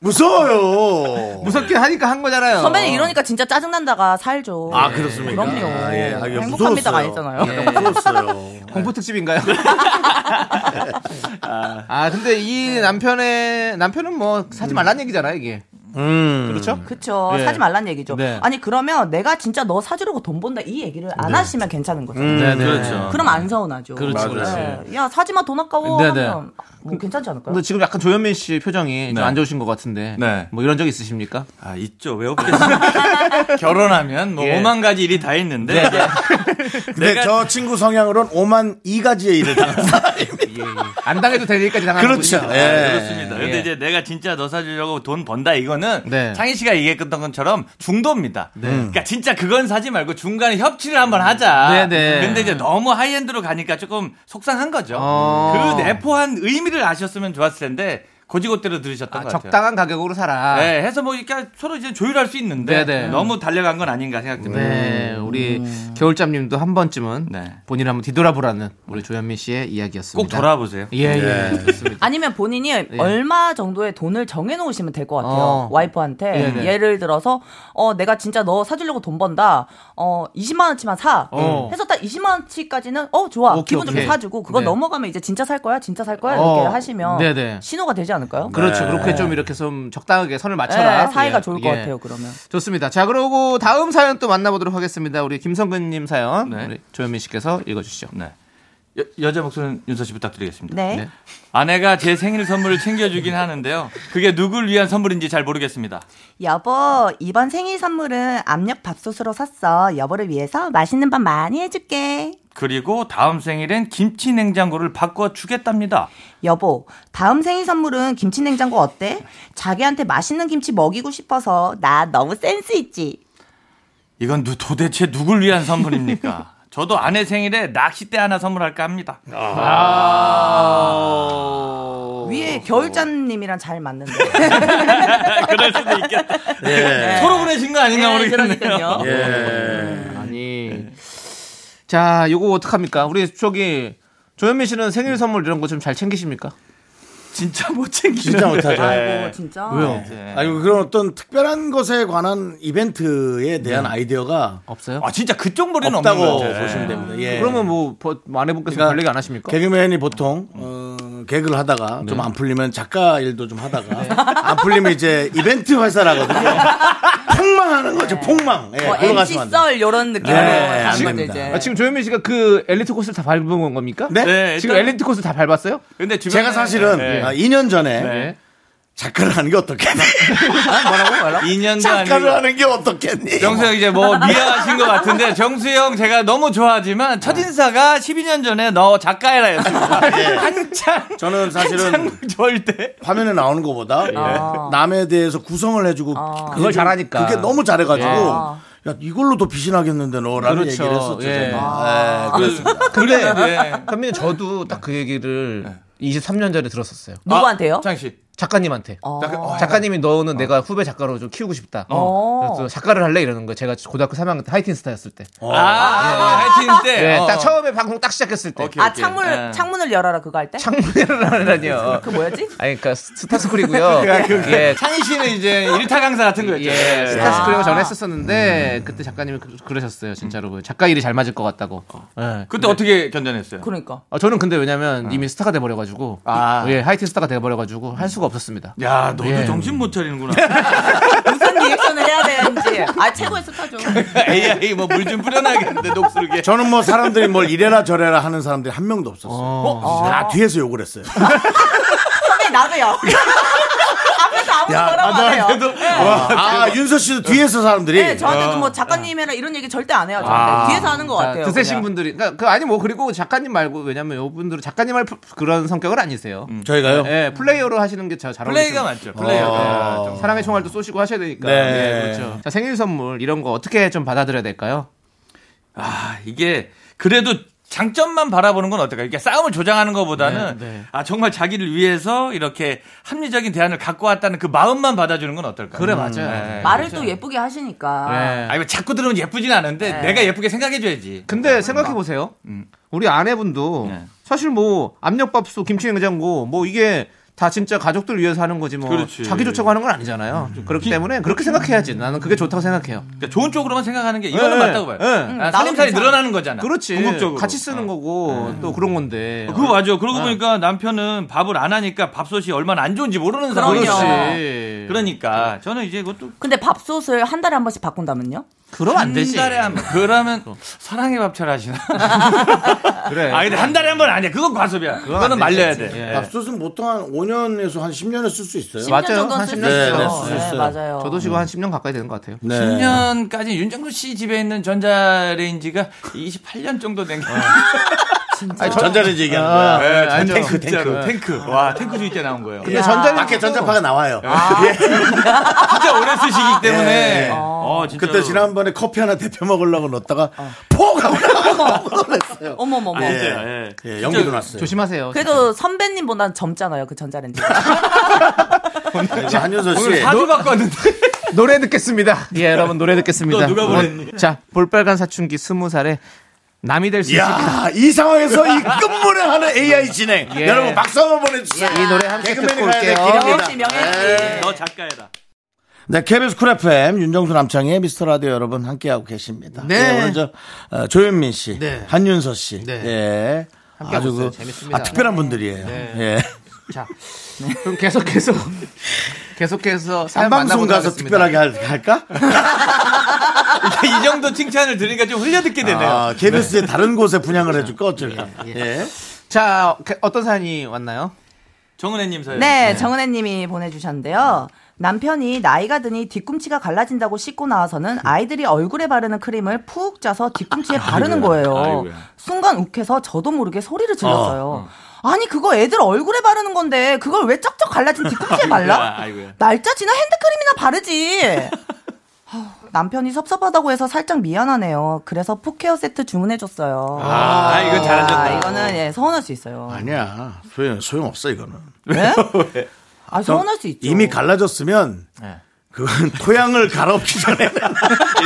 무서워요.
무섭긴 하니까 한 거잖아요.
선배님 이러니까 진짜 짜증난다가 살죠.
아, 그렇습니까?
그럼요.
아, 예. 아, 이거
행복합니다가
무서웠어요. 예.
아니잖아요.
무서웠어요.
공포 특집인가요?
네.
아 근데 이 남편의 남편은 뭐 사지
음.
말라는 얘기잖아요 이게. 그렇죠?
그쵸.
네.
사지 말란 얘기죠.
네.
아니, 그러면 내가 진짜 너 사주려고 돈 번다 이 얘기를 안 하시면 괜찮은 거죠.
그렇죠.
그럼 안 서운하죠.
그렇지, 그렇지.
네. 야, 사지마 돈 아까워.
네, 네.
하면 뭐 괜찮지 않을까요?
근데 음. 지금 약간 조현민 씨 표정이
네.
좀 안 좋으신 것 같은데.
네.
뭐 이런 적 있으십니까?
아, 있죠. 왜 없겠습니까? 네, 결혼하면 뭐
예.
오만 가지 일이 다 있는데.
근데
내가-
네,
저 친구 성향으로는 5만 2가지의 일을 당한 사람입니다.
안 당해도 될 일까지 당하는
그렇죠.
분이죠.
예.
네, 그렇습니다. 근데
예.
이제 내가 진짜 너 사주려고 돈 번다 이거는
네.
창희 씨가 얘기했던 것처럼 중도입니다. 그러니까 진짜 그건 사지 말고 중간에 협치를 한번 하자.
네, 네.
근데 이제 너무 하이엔드로 가니까 조금 속상한 거죠.
어.
그 내포한 의미를 아셨으면 좋았을 텐데 고지고대로 들으셨던
아,
것 같아요.
적당한 가격으로 사라.
네, 해서 뭐 이렇게 서로 이제 조율할 수 있는데
네, 네.
너무 달려간 건 아닌가 생각됩니다.
네,
음.
우리 겨울잠님도 한 번쯤은
네.
본인 한번 뒤돌아보라는 우리 조현민 씨의 이야기였습니다.
꼭 돌아보세요. 네.
예, 예. 좋습니다.
아니면 본인이 얼마 정도의 돈을 정해놓으시면 될 것 같아요.
예. 어.
와이프한테
네네.
예를 들어서 어 내가 진짜 너 사주려고 돈 번다. 어 20만 원치만 사.
어.
해서 딱 20만 원치까지는 어 좋아
오케이,
기분 좋게
오케이.
사주고 그거
네.
넘어가면 이제 진짜 살 거야 진짜 살 거야
어.
이렇게 하시면
네네.
신호가 되지 않을까요?
그렇죠.
네.
그렇게 좀 이렇게 좀 적당하게 선을
네,
맞춰라.
사이가
예.
좋을 것
예.
같아요 그러면.
좋습니다. 자, 그러고 다음 사연 또 만나보도록 하겠습니다. 우리 김성근님 사연
네.
우리 조현민 씨께서 읽어주시죠.
네. 여, 여자 목소리는 윤서 씨 부탁드리겠습니다.
네.
네.
아내가 제 생일 선물을 챙겨주긴 하는데요. 그게 누굴 위한 선물인지 잘 모르겠습니다.
여보 이번 생일 선물은 압력 밥솥으로 샀어. 여보를 위해서 맛있는 밥 많이 해줄게.
그리고 다음 생일엔 김치 냉장고를 바꿔 주겠답니다.
여보, 다음 생일 선물은 김치 냉장고 어때? 자기한테 맛있는 김치 먹이고 싶어서 나 너무 센스 있지.
이건 누, 도대체 누굴 위한 선물입니까? 저도 아내 생일에 낚싯대 하나 선물할까 합니다.
위에 겨울자님이랑 잘 맞는데.
그럴 수도 있겠다.
예.
서로 보내신 거 아닌가 모르겠네요.
예,
네.
그러니까요.
예.
아니. 자, 요거 어떡합니까? 우리 저기 조현민 씨는 생일 선물 이런 거 좀 잘 챙기십니까?
진짜 못 챙기죠.
예. 진짜 못하죠. 예.
예.
아이고 진짜. 뭐
왜요? 아니 그런 어떤 특별한 것에 관한 이벤트에 대한 아이디어가
없어요?
아 진짜 그쪽 머리는
없다고
없는 거죠.
보시면 됩니다.
네.
예.
그러면 뭐 버- 뭐 아내분께서
그러니까
관리가 안 하십니까?
개그맨이 보통 어, 개그를 하다가 좀 안 풀리면 작가 일도 좀 하다가 안 풀리면 이제 이벤트 회사라거든요. 폭망하는 거죠. 폭망. 예,
뭐
그걸로
MC
가시면 안 돼요.
썰 이런 느낌으로
네,
하는
안
거죠,
됩니다.
아, 지금 조현민 씨가 그 엘리트 코스를 다 밟은 건 겁니까?
네?
네,
지금
일단-
엘리트 코스 다 밟았어요?
근데 주변에
제가 사실은
네.
아, 2년 전에
네.
작가를 하는 게 어떻겠니?
뭐라고 뭐라?
2년도
작가를
아니고
하는 게 어떻겠니?
정수 형 이제 뭐 미안하신 것 같은데 정수 형 제가 너무 좋아하지만 첫 인사가 12년 전에 너 작가해라 했습니다. 한창
저는 사실은
한창 좋을 때
화면에 나오는 것보다 남에 대해서 구성을 해주고
그걸 잘하니까.
그게 너무 잘해가지고
아.
야 이걸로 더 비신하겠는데 너라는
그렇죠.
얘기를 했었죠.
예.
저는.
아.
예, 그래서
근데
네.
선배님 저도 딱 그 얘기를 23년 전에 들었었어요.
누구한테요?
창 씨.
작가님한테.
아.
작가님이 너는 내가 후배 작가로 좀 키우고 싶다.
어.
그래서 작가를 할래 이러는 거예요. 제가 고등학교 3학년 때 하이틴 스타였을 때.
어.
아, 하여튼 때.
네,
어.
딱 처음에 방송 딱 시작했을 때.
아 창문
예.
창문을 열어라 그거 할 때?
창문을 하라니요.
그 뭐였지?
아니 그러니까 스타스쿨이고요. 예,
창희 씨는 이제 일타 강사 같은 거였죠.
예, 스타스크림을 전에 했었었는데 그때 작가님이 그- 그러셨어요 진짜로 그 작가 일이 잘 맞을 것 같다고. 예.
그때 어떻게 견뎌냈어요?
그러니까.
어, 저는 근데 왜냐면 이미 스타가 돼버려가지고
아.
예 하이틴 스타가 돼버려가지고 할 수가 없었습니다.
야, 너도
예.
정신 못 차리는구나.
무슨 리액션을 해야 되는지. 아 최고의 스타죠.
AI 뭐 물 좀 뿌려놔야겠는데 녹슬게.
저는 뭐 사람들이 뭘 이래라 저래라 하는 사람들이 한 명도 없었어요.
아.
다 뒤에서 욕을 했어요.
선배 나도요. 앞에서 아무도
야,
뭐라고 안 해요.
아, 윤서 씨도 뒤에서 사람들이
네, 저한테 뭐 작가님이랑 이런 얘기 절대 안 해요. 저한테 뒤에서 하는 것 같아요.
어. 드세신
그냥.
분들이 그러니까 그 아니 뭐 그리고 작가님 말고 왜냐면 이분들은 작가님 할 프- 그런 성격은 아니세요.
저희가요.
예 플레이어로 하시는 게 잘 어울리죠.
음. 플레이가 예, 맞죠. 플레이어가.
어.
사랑의 총알도 쏘시고 하셔야 되니까.
네.
예, 그렇죠. 자, 생일 선물 이런 거 어떻게 좀 받아들여야 될까요?
아, 이게 그래도 장점만 바라보는 건 어떨까요? 이게 싸움을 조장하는 것보다는
네, 네.
아 정말 자기를 위해서 이렇게 합리적인 대안을 갖고 왔다는 그 마음만 받아주는 건 어떨까요?
그래 맞아요. 네.
말을
그렇죠.
또 예쁘게 하시니까.
예.
아니 왜 자꾸 들으면 예쁘진 않은데
네.
내가 예쁘게 생각해줘야지.
근데 생각해 보세요. 우리 아내분도
음. 네.
사실 뭐 압력밥솥, 김치냉장고 뭐 이게 다 진짜 가족들 위해서 하는 거지 뭐
그렇지. 음.
자기 좋자고 하는 건 아니잖아요. 그렇기 때문에 그렇게 생각해야지. 나는 그게 좋다고 생각해요.
그러니까 좋은 쪽으로만 생각하는 게 이거는
네,
맞다고 봐요.
네. 음,
아,
나도
살림살이
괜찮아.
늘어나는 거잖아.
그렇지.
궁극적으로. 어. 네.
같이 쓰는 네. 거고 또 그런 건데.
그거 맞아. 그러고 보니까 남편은 밥을 안 하니까 밥솥이 얼마나 안 좋은지 모르는
그럼요.
상황이지.
그렇지.
그러니까 저는 이제 그것도
근데 밥솥을 한 달에 한 번씩 바꾼다면요?
그럼 안
한
되지. 어.
달에 한 번. 그러면 사랑의 밥철 하시나?
그래.
아 근데 한 달에 한 번 아니야. 그건 과소비야. 그거는 말려야 돼.
예.
밥솥은 네. 보통 한 5년에서 한 10년을 쓸 수 있어요.
10년
맞아요.
정도는
한
쓸수
10년
있어요.
네, 네, 쓸수 있어요.
맞아요.
저도 지금 한 10년 가까이 되는 것 같아요.
네.
10년까지 윤정수 씨 집에 있는 전자레인지가 28년 정도 된 거.
진짜.
전자레인지 얘기하는 거야.
네, 아니죠.
탱크,
진짜로.
탱크.
탱크. 와, 탱크 주의자 나온 거예요.
근데 전자 밖에 전자파가 나와요.
아.
진짜 오래 쓰시기 때문에.
예.
어, 진짜.
그때 지난번에 커피 하나 대표 먹으려고 넣었다가
아.
폭 하고 놀랐어요.
어머머머.
예.
예.
예, 연기도 났어요.
네. 조심하세요.
그래도 선배님보단 젊잖아요 그 전자레인지.
그래서 네, 뭐 한윤서 씨.
사주 갖고 왔는데.
노래 듣겠습니다. 예, 여러분 노래 듣겠습니다. 어,
또 누가 보냈니?
자, 볼빨간 사춘기 스무 살에 남이 될 수 있을까?
야, 이 상황에서 이 끝물에 하는 AI 진행.
예.
여러분 박수 한번 보내주세요.
이 노래 함께
개그맨이
듣고
가야 될
올게요.
길입니다.
명예씨 명예씨.
너 작가에다.
네, KBS 쿨 FM 윤정수 남창의 미스터 라디오 여러분 함께하고 계십니다.
네.
오늘 저 어, 조현민 씨,
네.
한윤서 씨,
네.
예.
함께하고
아주 그
있어요. 재밌습니다.
아, 특별한 분들이에요.
네.
예.
자, 그럼 계속해서 계속해서 사연
한방송
만나보도록
가서
하겠습니다.
특별하게 할- 할까?
아, 이 정도 칭찬을 들으니까 좀 흘려듣게 되네요.
아, KBS의 다른 곳에
네.
분양을 해줄까 어쩔까? 예.
자, 그- 어떤 사연이 왔나요?
정은혜님 사연.
네, 정은혜 님이 보내주셨는데요. 남편이 나이가 드니 뒤꿈치가 갈라진다고 씻고 나와서는 아이들이 얼굴에 바르는 크림을 푹 짜서 뒤꿈치에 바르는 거예요.
아, 아이고야.
순간 욱해서 저도 모르게 소리를 질렀어요. 아니 그거 애들 얼굴에 바르는 건데 그걸 왜 쩍쩍 갈라진 뒤꿈치에 발라?
아이고야.
날짜 지나 핸드크림이나 바르지. 아우, 남편이 섭섭하다고 해서 살짝 미안하네요. 그래서 푸케어 세트 주문해줬어요.
아, 이건 잘하셨다.
아, 이거는 예, 서운할 수 있어요.
아니야. 소용, 소용없어, 이거는.
왜? 아, 서운할 수 있죠. 네.
이미 갈라졌으면 그건 토양을 갈아엎기 전에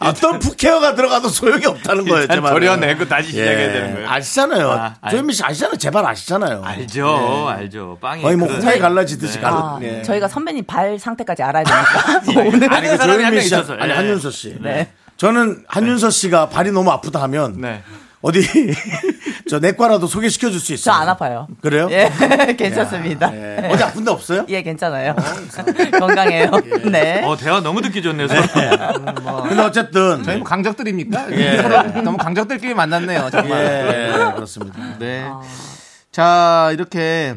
어떤 푸케어가 들어가도 소용이 없다는 거예요. 제 말은.
버려내고 다시 시작해야
예,
되는 거예요.
아시잖아요.
아, 알-
조현미 씨 아시잖아요. 제발 아시잖아요.
알죠, 알죠. 빵이.
거의 뭐
그-
홍해 갈라지듯이
아,
갈라. 예.
저희가 선배님 발 상태까지 알아야 되니까. 오늘
아는 사람이
그
한
조현미
명
씨,
있었어.
아니
예.
한윤서 씨.
네.
저는 한윤서 씨가 발이 너무 아프다 하면
네.
어디 저 내과라도 소개시켜 줄 수 있어요.
저 안 아파요.
그래요?
예, 괜찮습니다.
예. 어디 아픈 데 없어요?
예, 괜찮아요. 건강해요. 네.
어, 대화 너무 듣기 좋네요. 서로.
예.
근데 어쨌든
저희 뭐 강적들입니까? 서로 너무 강적들끼리 만났네요, 정말.
예, 예, 그렇습니다.
네. 자, 이렇게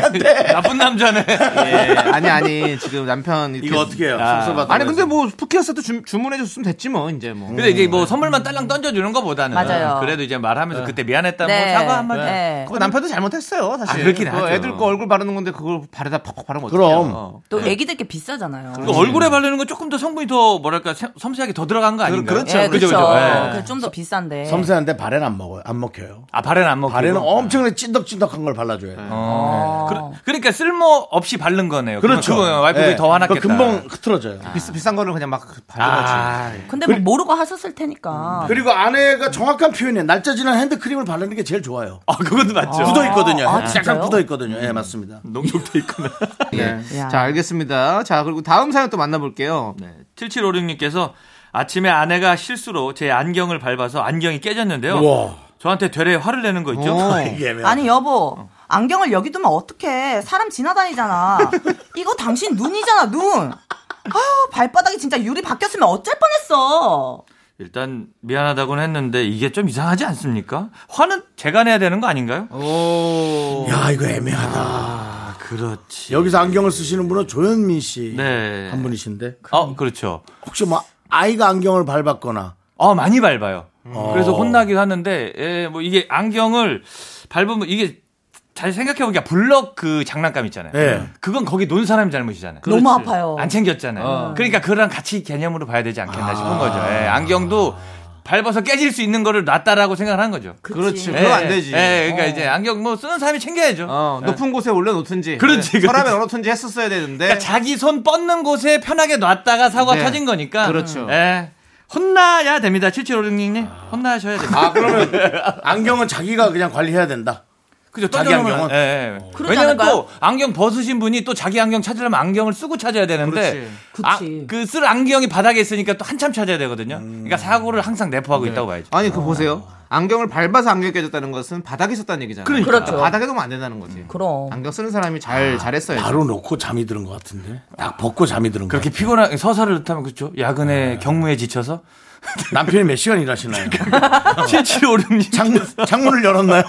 안 돼.
나쁜 남자네.
예, 아니 아니 지금 남편 이렇게
이거 어떻게 해요?
아.
섭섭하다.
아니 근데 뭐 푸키어 세트 주, 주문해 줬으면 됐지 뭐 이제 뭐.
근데 이제
음.
뭐 선물만 딸랑 던져주는 것보다는
맞아요.
그래도 이제 말하면서 그때 미안했다
네.
뭐 사과 한마디
네.
그거 남편도 잘못했어요, 사실.
아, 그렇긴
그거
하죠.
애들 거 얼굴 바르는 건데 그걸 바르다 팍팍 바르면 어떡해요?
그럼.
어.
또 애기들께 비싸잖아요.
네.
그 얼굴에 바르는 건 조금 더 성분이 더 뭐랄까 세- 섬세하게 더 들어간 거 아닌가요?
그렇죠.
예, 그렇죠.
예.
좀더 비싼데.
섬세한데 발에는 안 먹어요. 안 먹혀요.
아 발에는 안 먹고
발에는 어? 엄청나게 찐덕찐덕한 걸 발라줘야 돼요.
어.
그, 러니까 쓸모 없이 바른 거네요.
그렇죠.
그건 와이프들이
예.
더 화났겠다.
금방 흐트러져요.
비스, 비싼 거를 그냥 막 바르지.
아,
근데 뭐 모르고 하셨을 테니까.
그리고 아내가 정확한 표현에 날짜 지난 핸드크림을 바르는 게 제일 좋아요.
아, 그것도 맞죠.
굳어 있거든요.
아,
약간
진짜요?
굳어 있거든요. 예, 맞습니다.
농축돼 있구나.
야.
네. 자, 알겠습니다. 자, 그리고 다음 사연 또 만나볼게요.
네. 7756님께서 아침에 아내가 실수로 제 안경을 밟아서 안경이 깨졌는데요.
우와.
저한테 되레 화를 내는 거 있죠?
음. 이게 애매하다.
아니 여보. 안경을 여기 두면 어떡해. 사람 지나다니잖아. 이거 당신 눈이잖아, 눈. 아유, 발바닥이 진짜 유리 바뀌었으면 어쩔 뻔했어.
일단 미안하다고는 했는데 이게 좀 이상하지 않습니까? 화는 제가 내야 되는 거 아닌가요?
어,
야, 이거 애매하다.
아, 그렇지.
여기서 안경을 쓰시는 분은 조현민 씨.
네.
한 분이신데.
어, 그렇죠.
혹시 뭐 아이가 안경을 밟았거나
어, 많이 밟아요. 그래서 혼나기도 하는데, 예, 뭐 이게 안경을 밟으면 이게 잘 생각해보니까 블럭 그 장난감 있잖아요.
네.
그건 거기 논 사람이 잘못이잖아요.
너무 아파요.
안 챙겼잖아요. 그러니까 그랑 같이 개념으로 봐야 되지 않겠나 싶은 거죠. 예, 안경도 밟아서 깨질 수 있는 거를 놨다라고 생각을 한 거죠.
그렇지. 그건 안 되지.
예, 그러니까 이제 안경 뭐 쓰는 사람이 챙겨야죠.
어, 높은 곳에 올려놓든지.
네. 그렇지,
네,
그렇지.
서랍에 넣어놓든지 했었어야 되는데.
그러니까 자기 손 뻗는 곳에 편하게 놨다가 사고가
네.
터진 거니까.
그렇죠.
예. 혼나야 됩니다. 7756님. 혼나셔야 됩니다.
아 그러면 안경은 자기가 그냥 관리해야 된다.
아,
그죠.
자기
던져놓으면-
안경은?
예, 예.
그러지
왜냐면
않을까요?
또 안경 벗으신 분이 또 자기 안경 찾으려면 안경을 쓰고 찾아야 되는데 아,
그치.
그쓸 안경이 바닥에 있으니까 또 한참 찾아야 되거든요. 그러니까 사고를 항상 내포하고 있다고 봐야죠.
아니, 그거 보세요. 안경을 밟아서 안경이 깨졌다는 것은 바닥에 있었다는 얘기잖아요.
그러니까. 그렇죠.
바닥에 놓으면 안 된다는 거지.
그럼.
안경 쓰는 사람이
아,
잘, 잘했어요.
바로 놓고 잠이 드는 것 같은데. 딱 벗고 잠이 드는 거.
그렇게 피곤한 서서를 타면 그렇죠. 야근에 경무에 지쳐서
남편이 몇 시간 일하시나요?
7756님.
창문, 창문을 열었나요?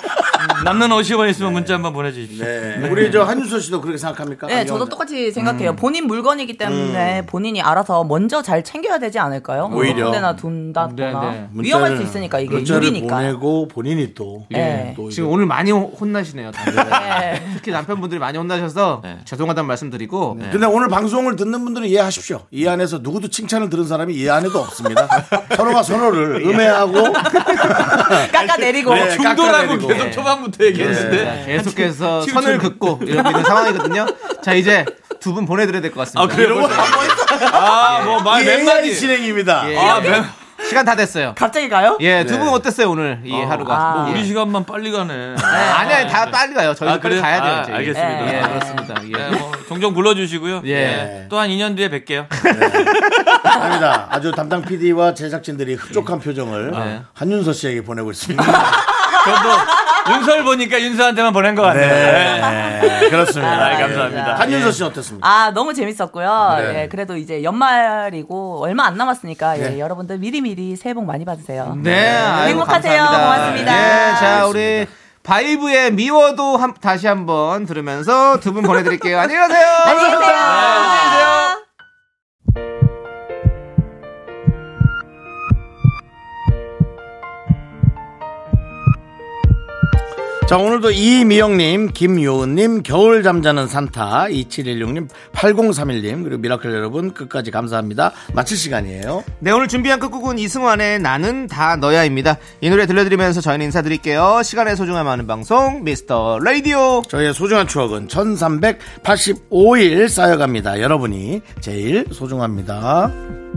남는 50원 있으면 문자 한번 보내주십시오.
네. 우리 저 한윤서 씨도 그렇게 생각합니까?
네,
아니요.
저도 똑같이
음.
생각해요. 본인 물건이기 때문에 본인이 알아서 먼저 잘 챙겨야 되지 않을까요?
음. 오히려.
군대나 둔다거나
네, 네.
위험할 수 있으니까 이게
문자를
유리니까.
보내고 본인이 또.
예.
또
지금 오늘 많이 호- 혼나시네요. 다들.
네.
특히 남편분들이 많이 혼나셔서
네.
죄송하다는 말씀드리고 네.
근데 오늘 방송을 듣는 분들은 이해하십시오. 이 안에서 누구도 칭찬을 들은 사람이 이 안에도 없습니다. 서로가 서로를 음해하고
깎아내리고.
네,
충돌하고
깎아내리고.
계속 초반부터 얘기했는데.
자, 계속해서 선을 긋고 이런 있는 상황이거든요. 자 이제 두 분 보내드려야 될 것 같습니다.
아, 그래요? 아, 뭐, 말,
예,
몇 마디.
진행입니다.
아, 맨-
예. 시간 다 됐어요.
갑자기 가요?
네.
예, 두 분 어땠어요 오늘 이 하루가?
아.
뭐 우리 시간만 빨리 가네.
아니 아니 다 빨리 가요. 저희도
아,
빨리
그래요?
가야 돼요.
아,
이제.
알겠습니다.
예,
아.
그렇습니다. 예.
네, 뭐, 종종 불러주시고요.
예.
예. 또한 2년 뒤에 뵐게요.
아닙니다. 아주 담당 PD와 제작진들이 흡족한 표정을
네.
한윤서 씨에게 보내고 있습니다.
저도 윤설 보니까 윤서한테만 보낸 것 같아요.
네, 그렇습니다. 예.
아, 감사합니다.
한윤서 씨 어떻습니까?
아, 너무 재밌었고요.
네.
예, 그래도 이제 연말이고 얼마 안 남았으니까 예,
네.
여러분들 미리미리 새해 복 많이 받으세요.
네, 아이고,
행복하세요.
감사합니다.
고맙습니다.
예, 자 우리 바이브의 미워도 한- 다시 한번 들으면서 두 분 보내드릴게요. 안녕히 가세요. 네,
자, 오늘도 이미영님, 김요은님, 겨울 잠자는 산타, 2716님, 8031님, 그리고 미라클 여러분, 끝까지 감사합니다. 마칠 시간이에요.
네, 오늘 준비한 끝곡은 이승환의 나는 다 너야입니다. 이 노래 들려드리면서 저희는 인사드릴게요. 시간의 소중함 하는 방송, 미스터 라디오.
저희의 소중한 추억은 1385일 쌓여갑니다. 여러분이 제일 소중합니다.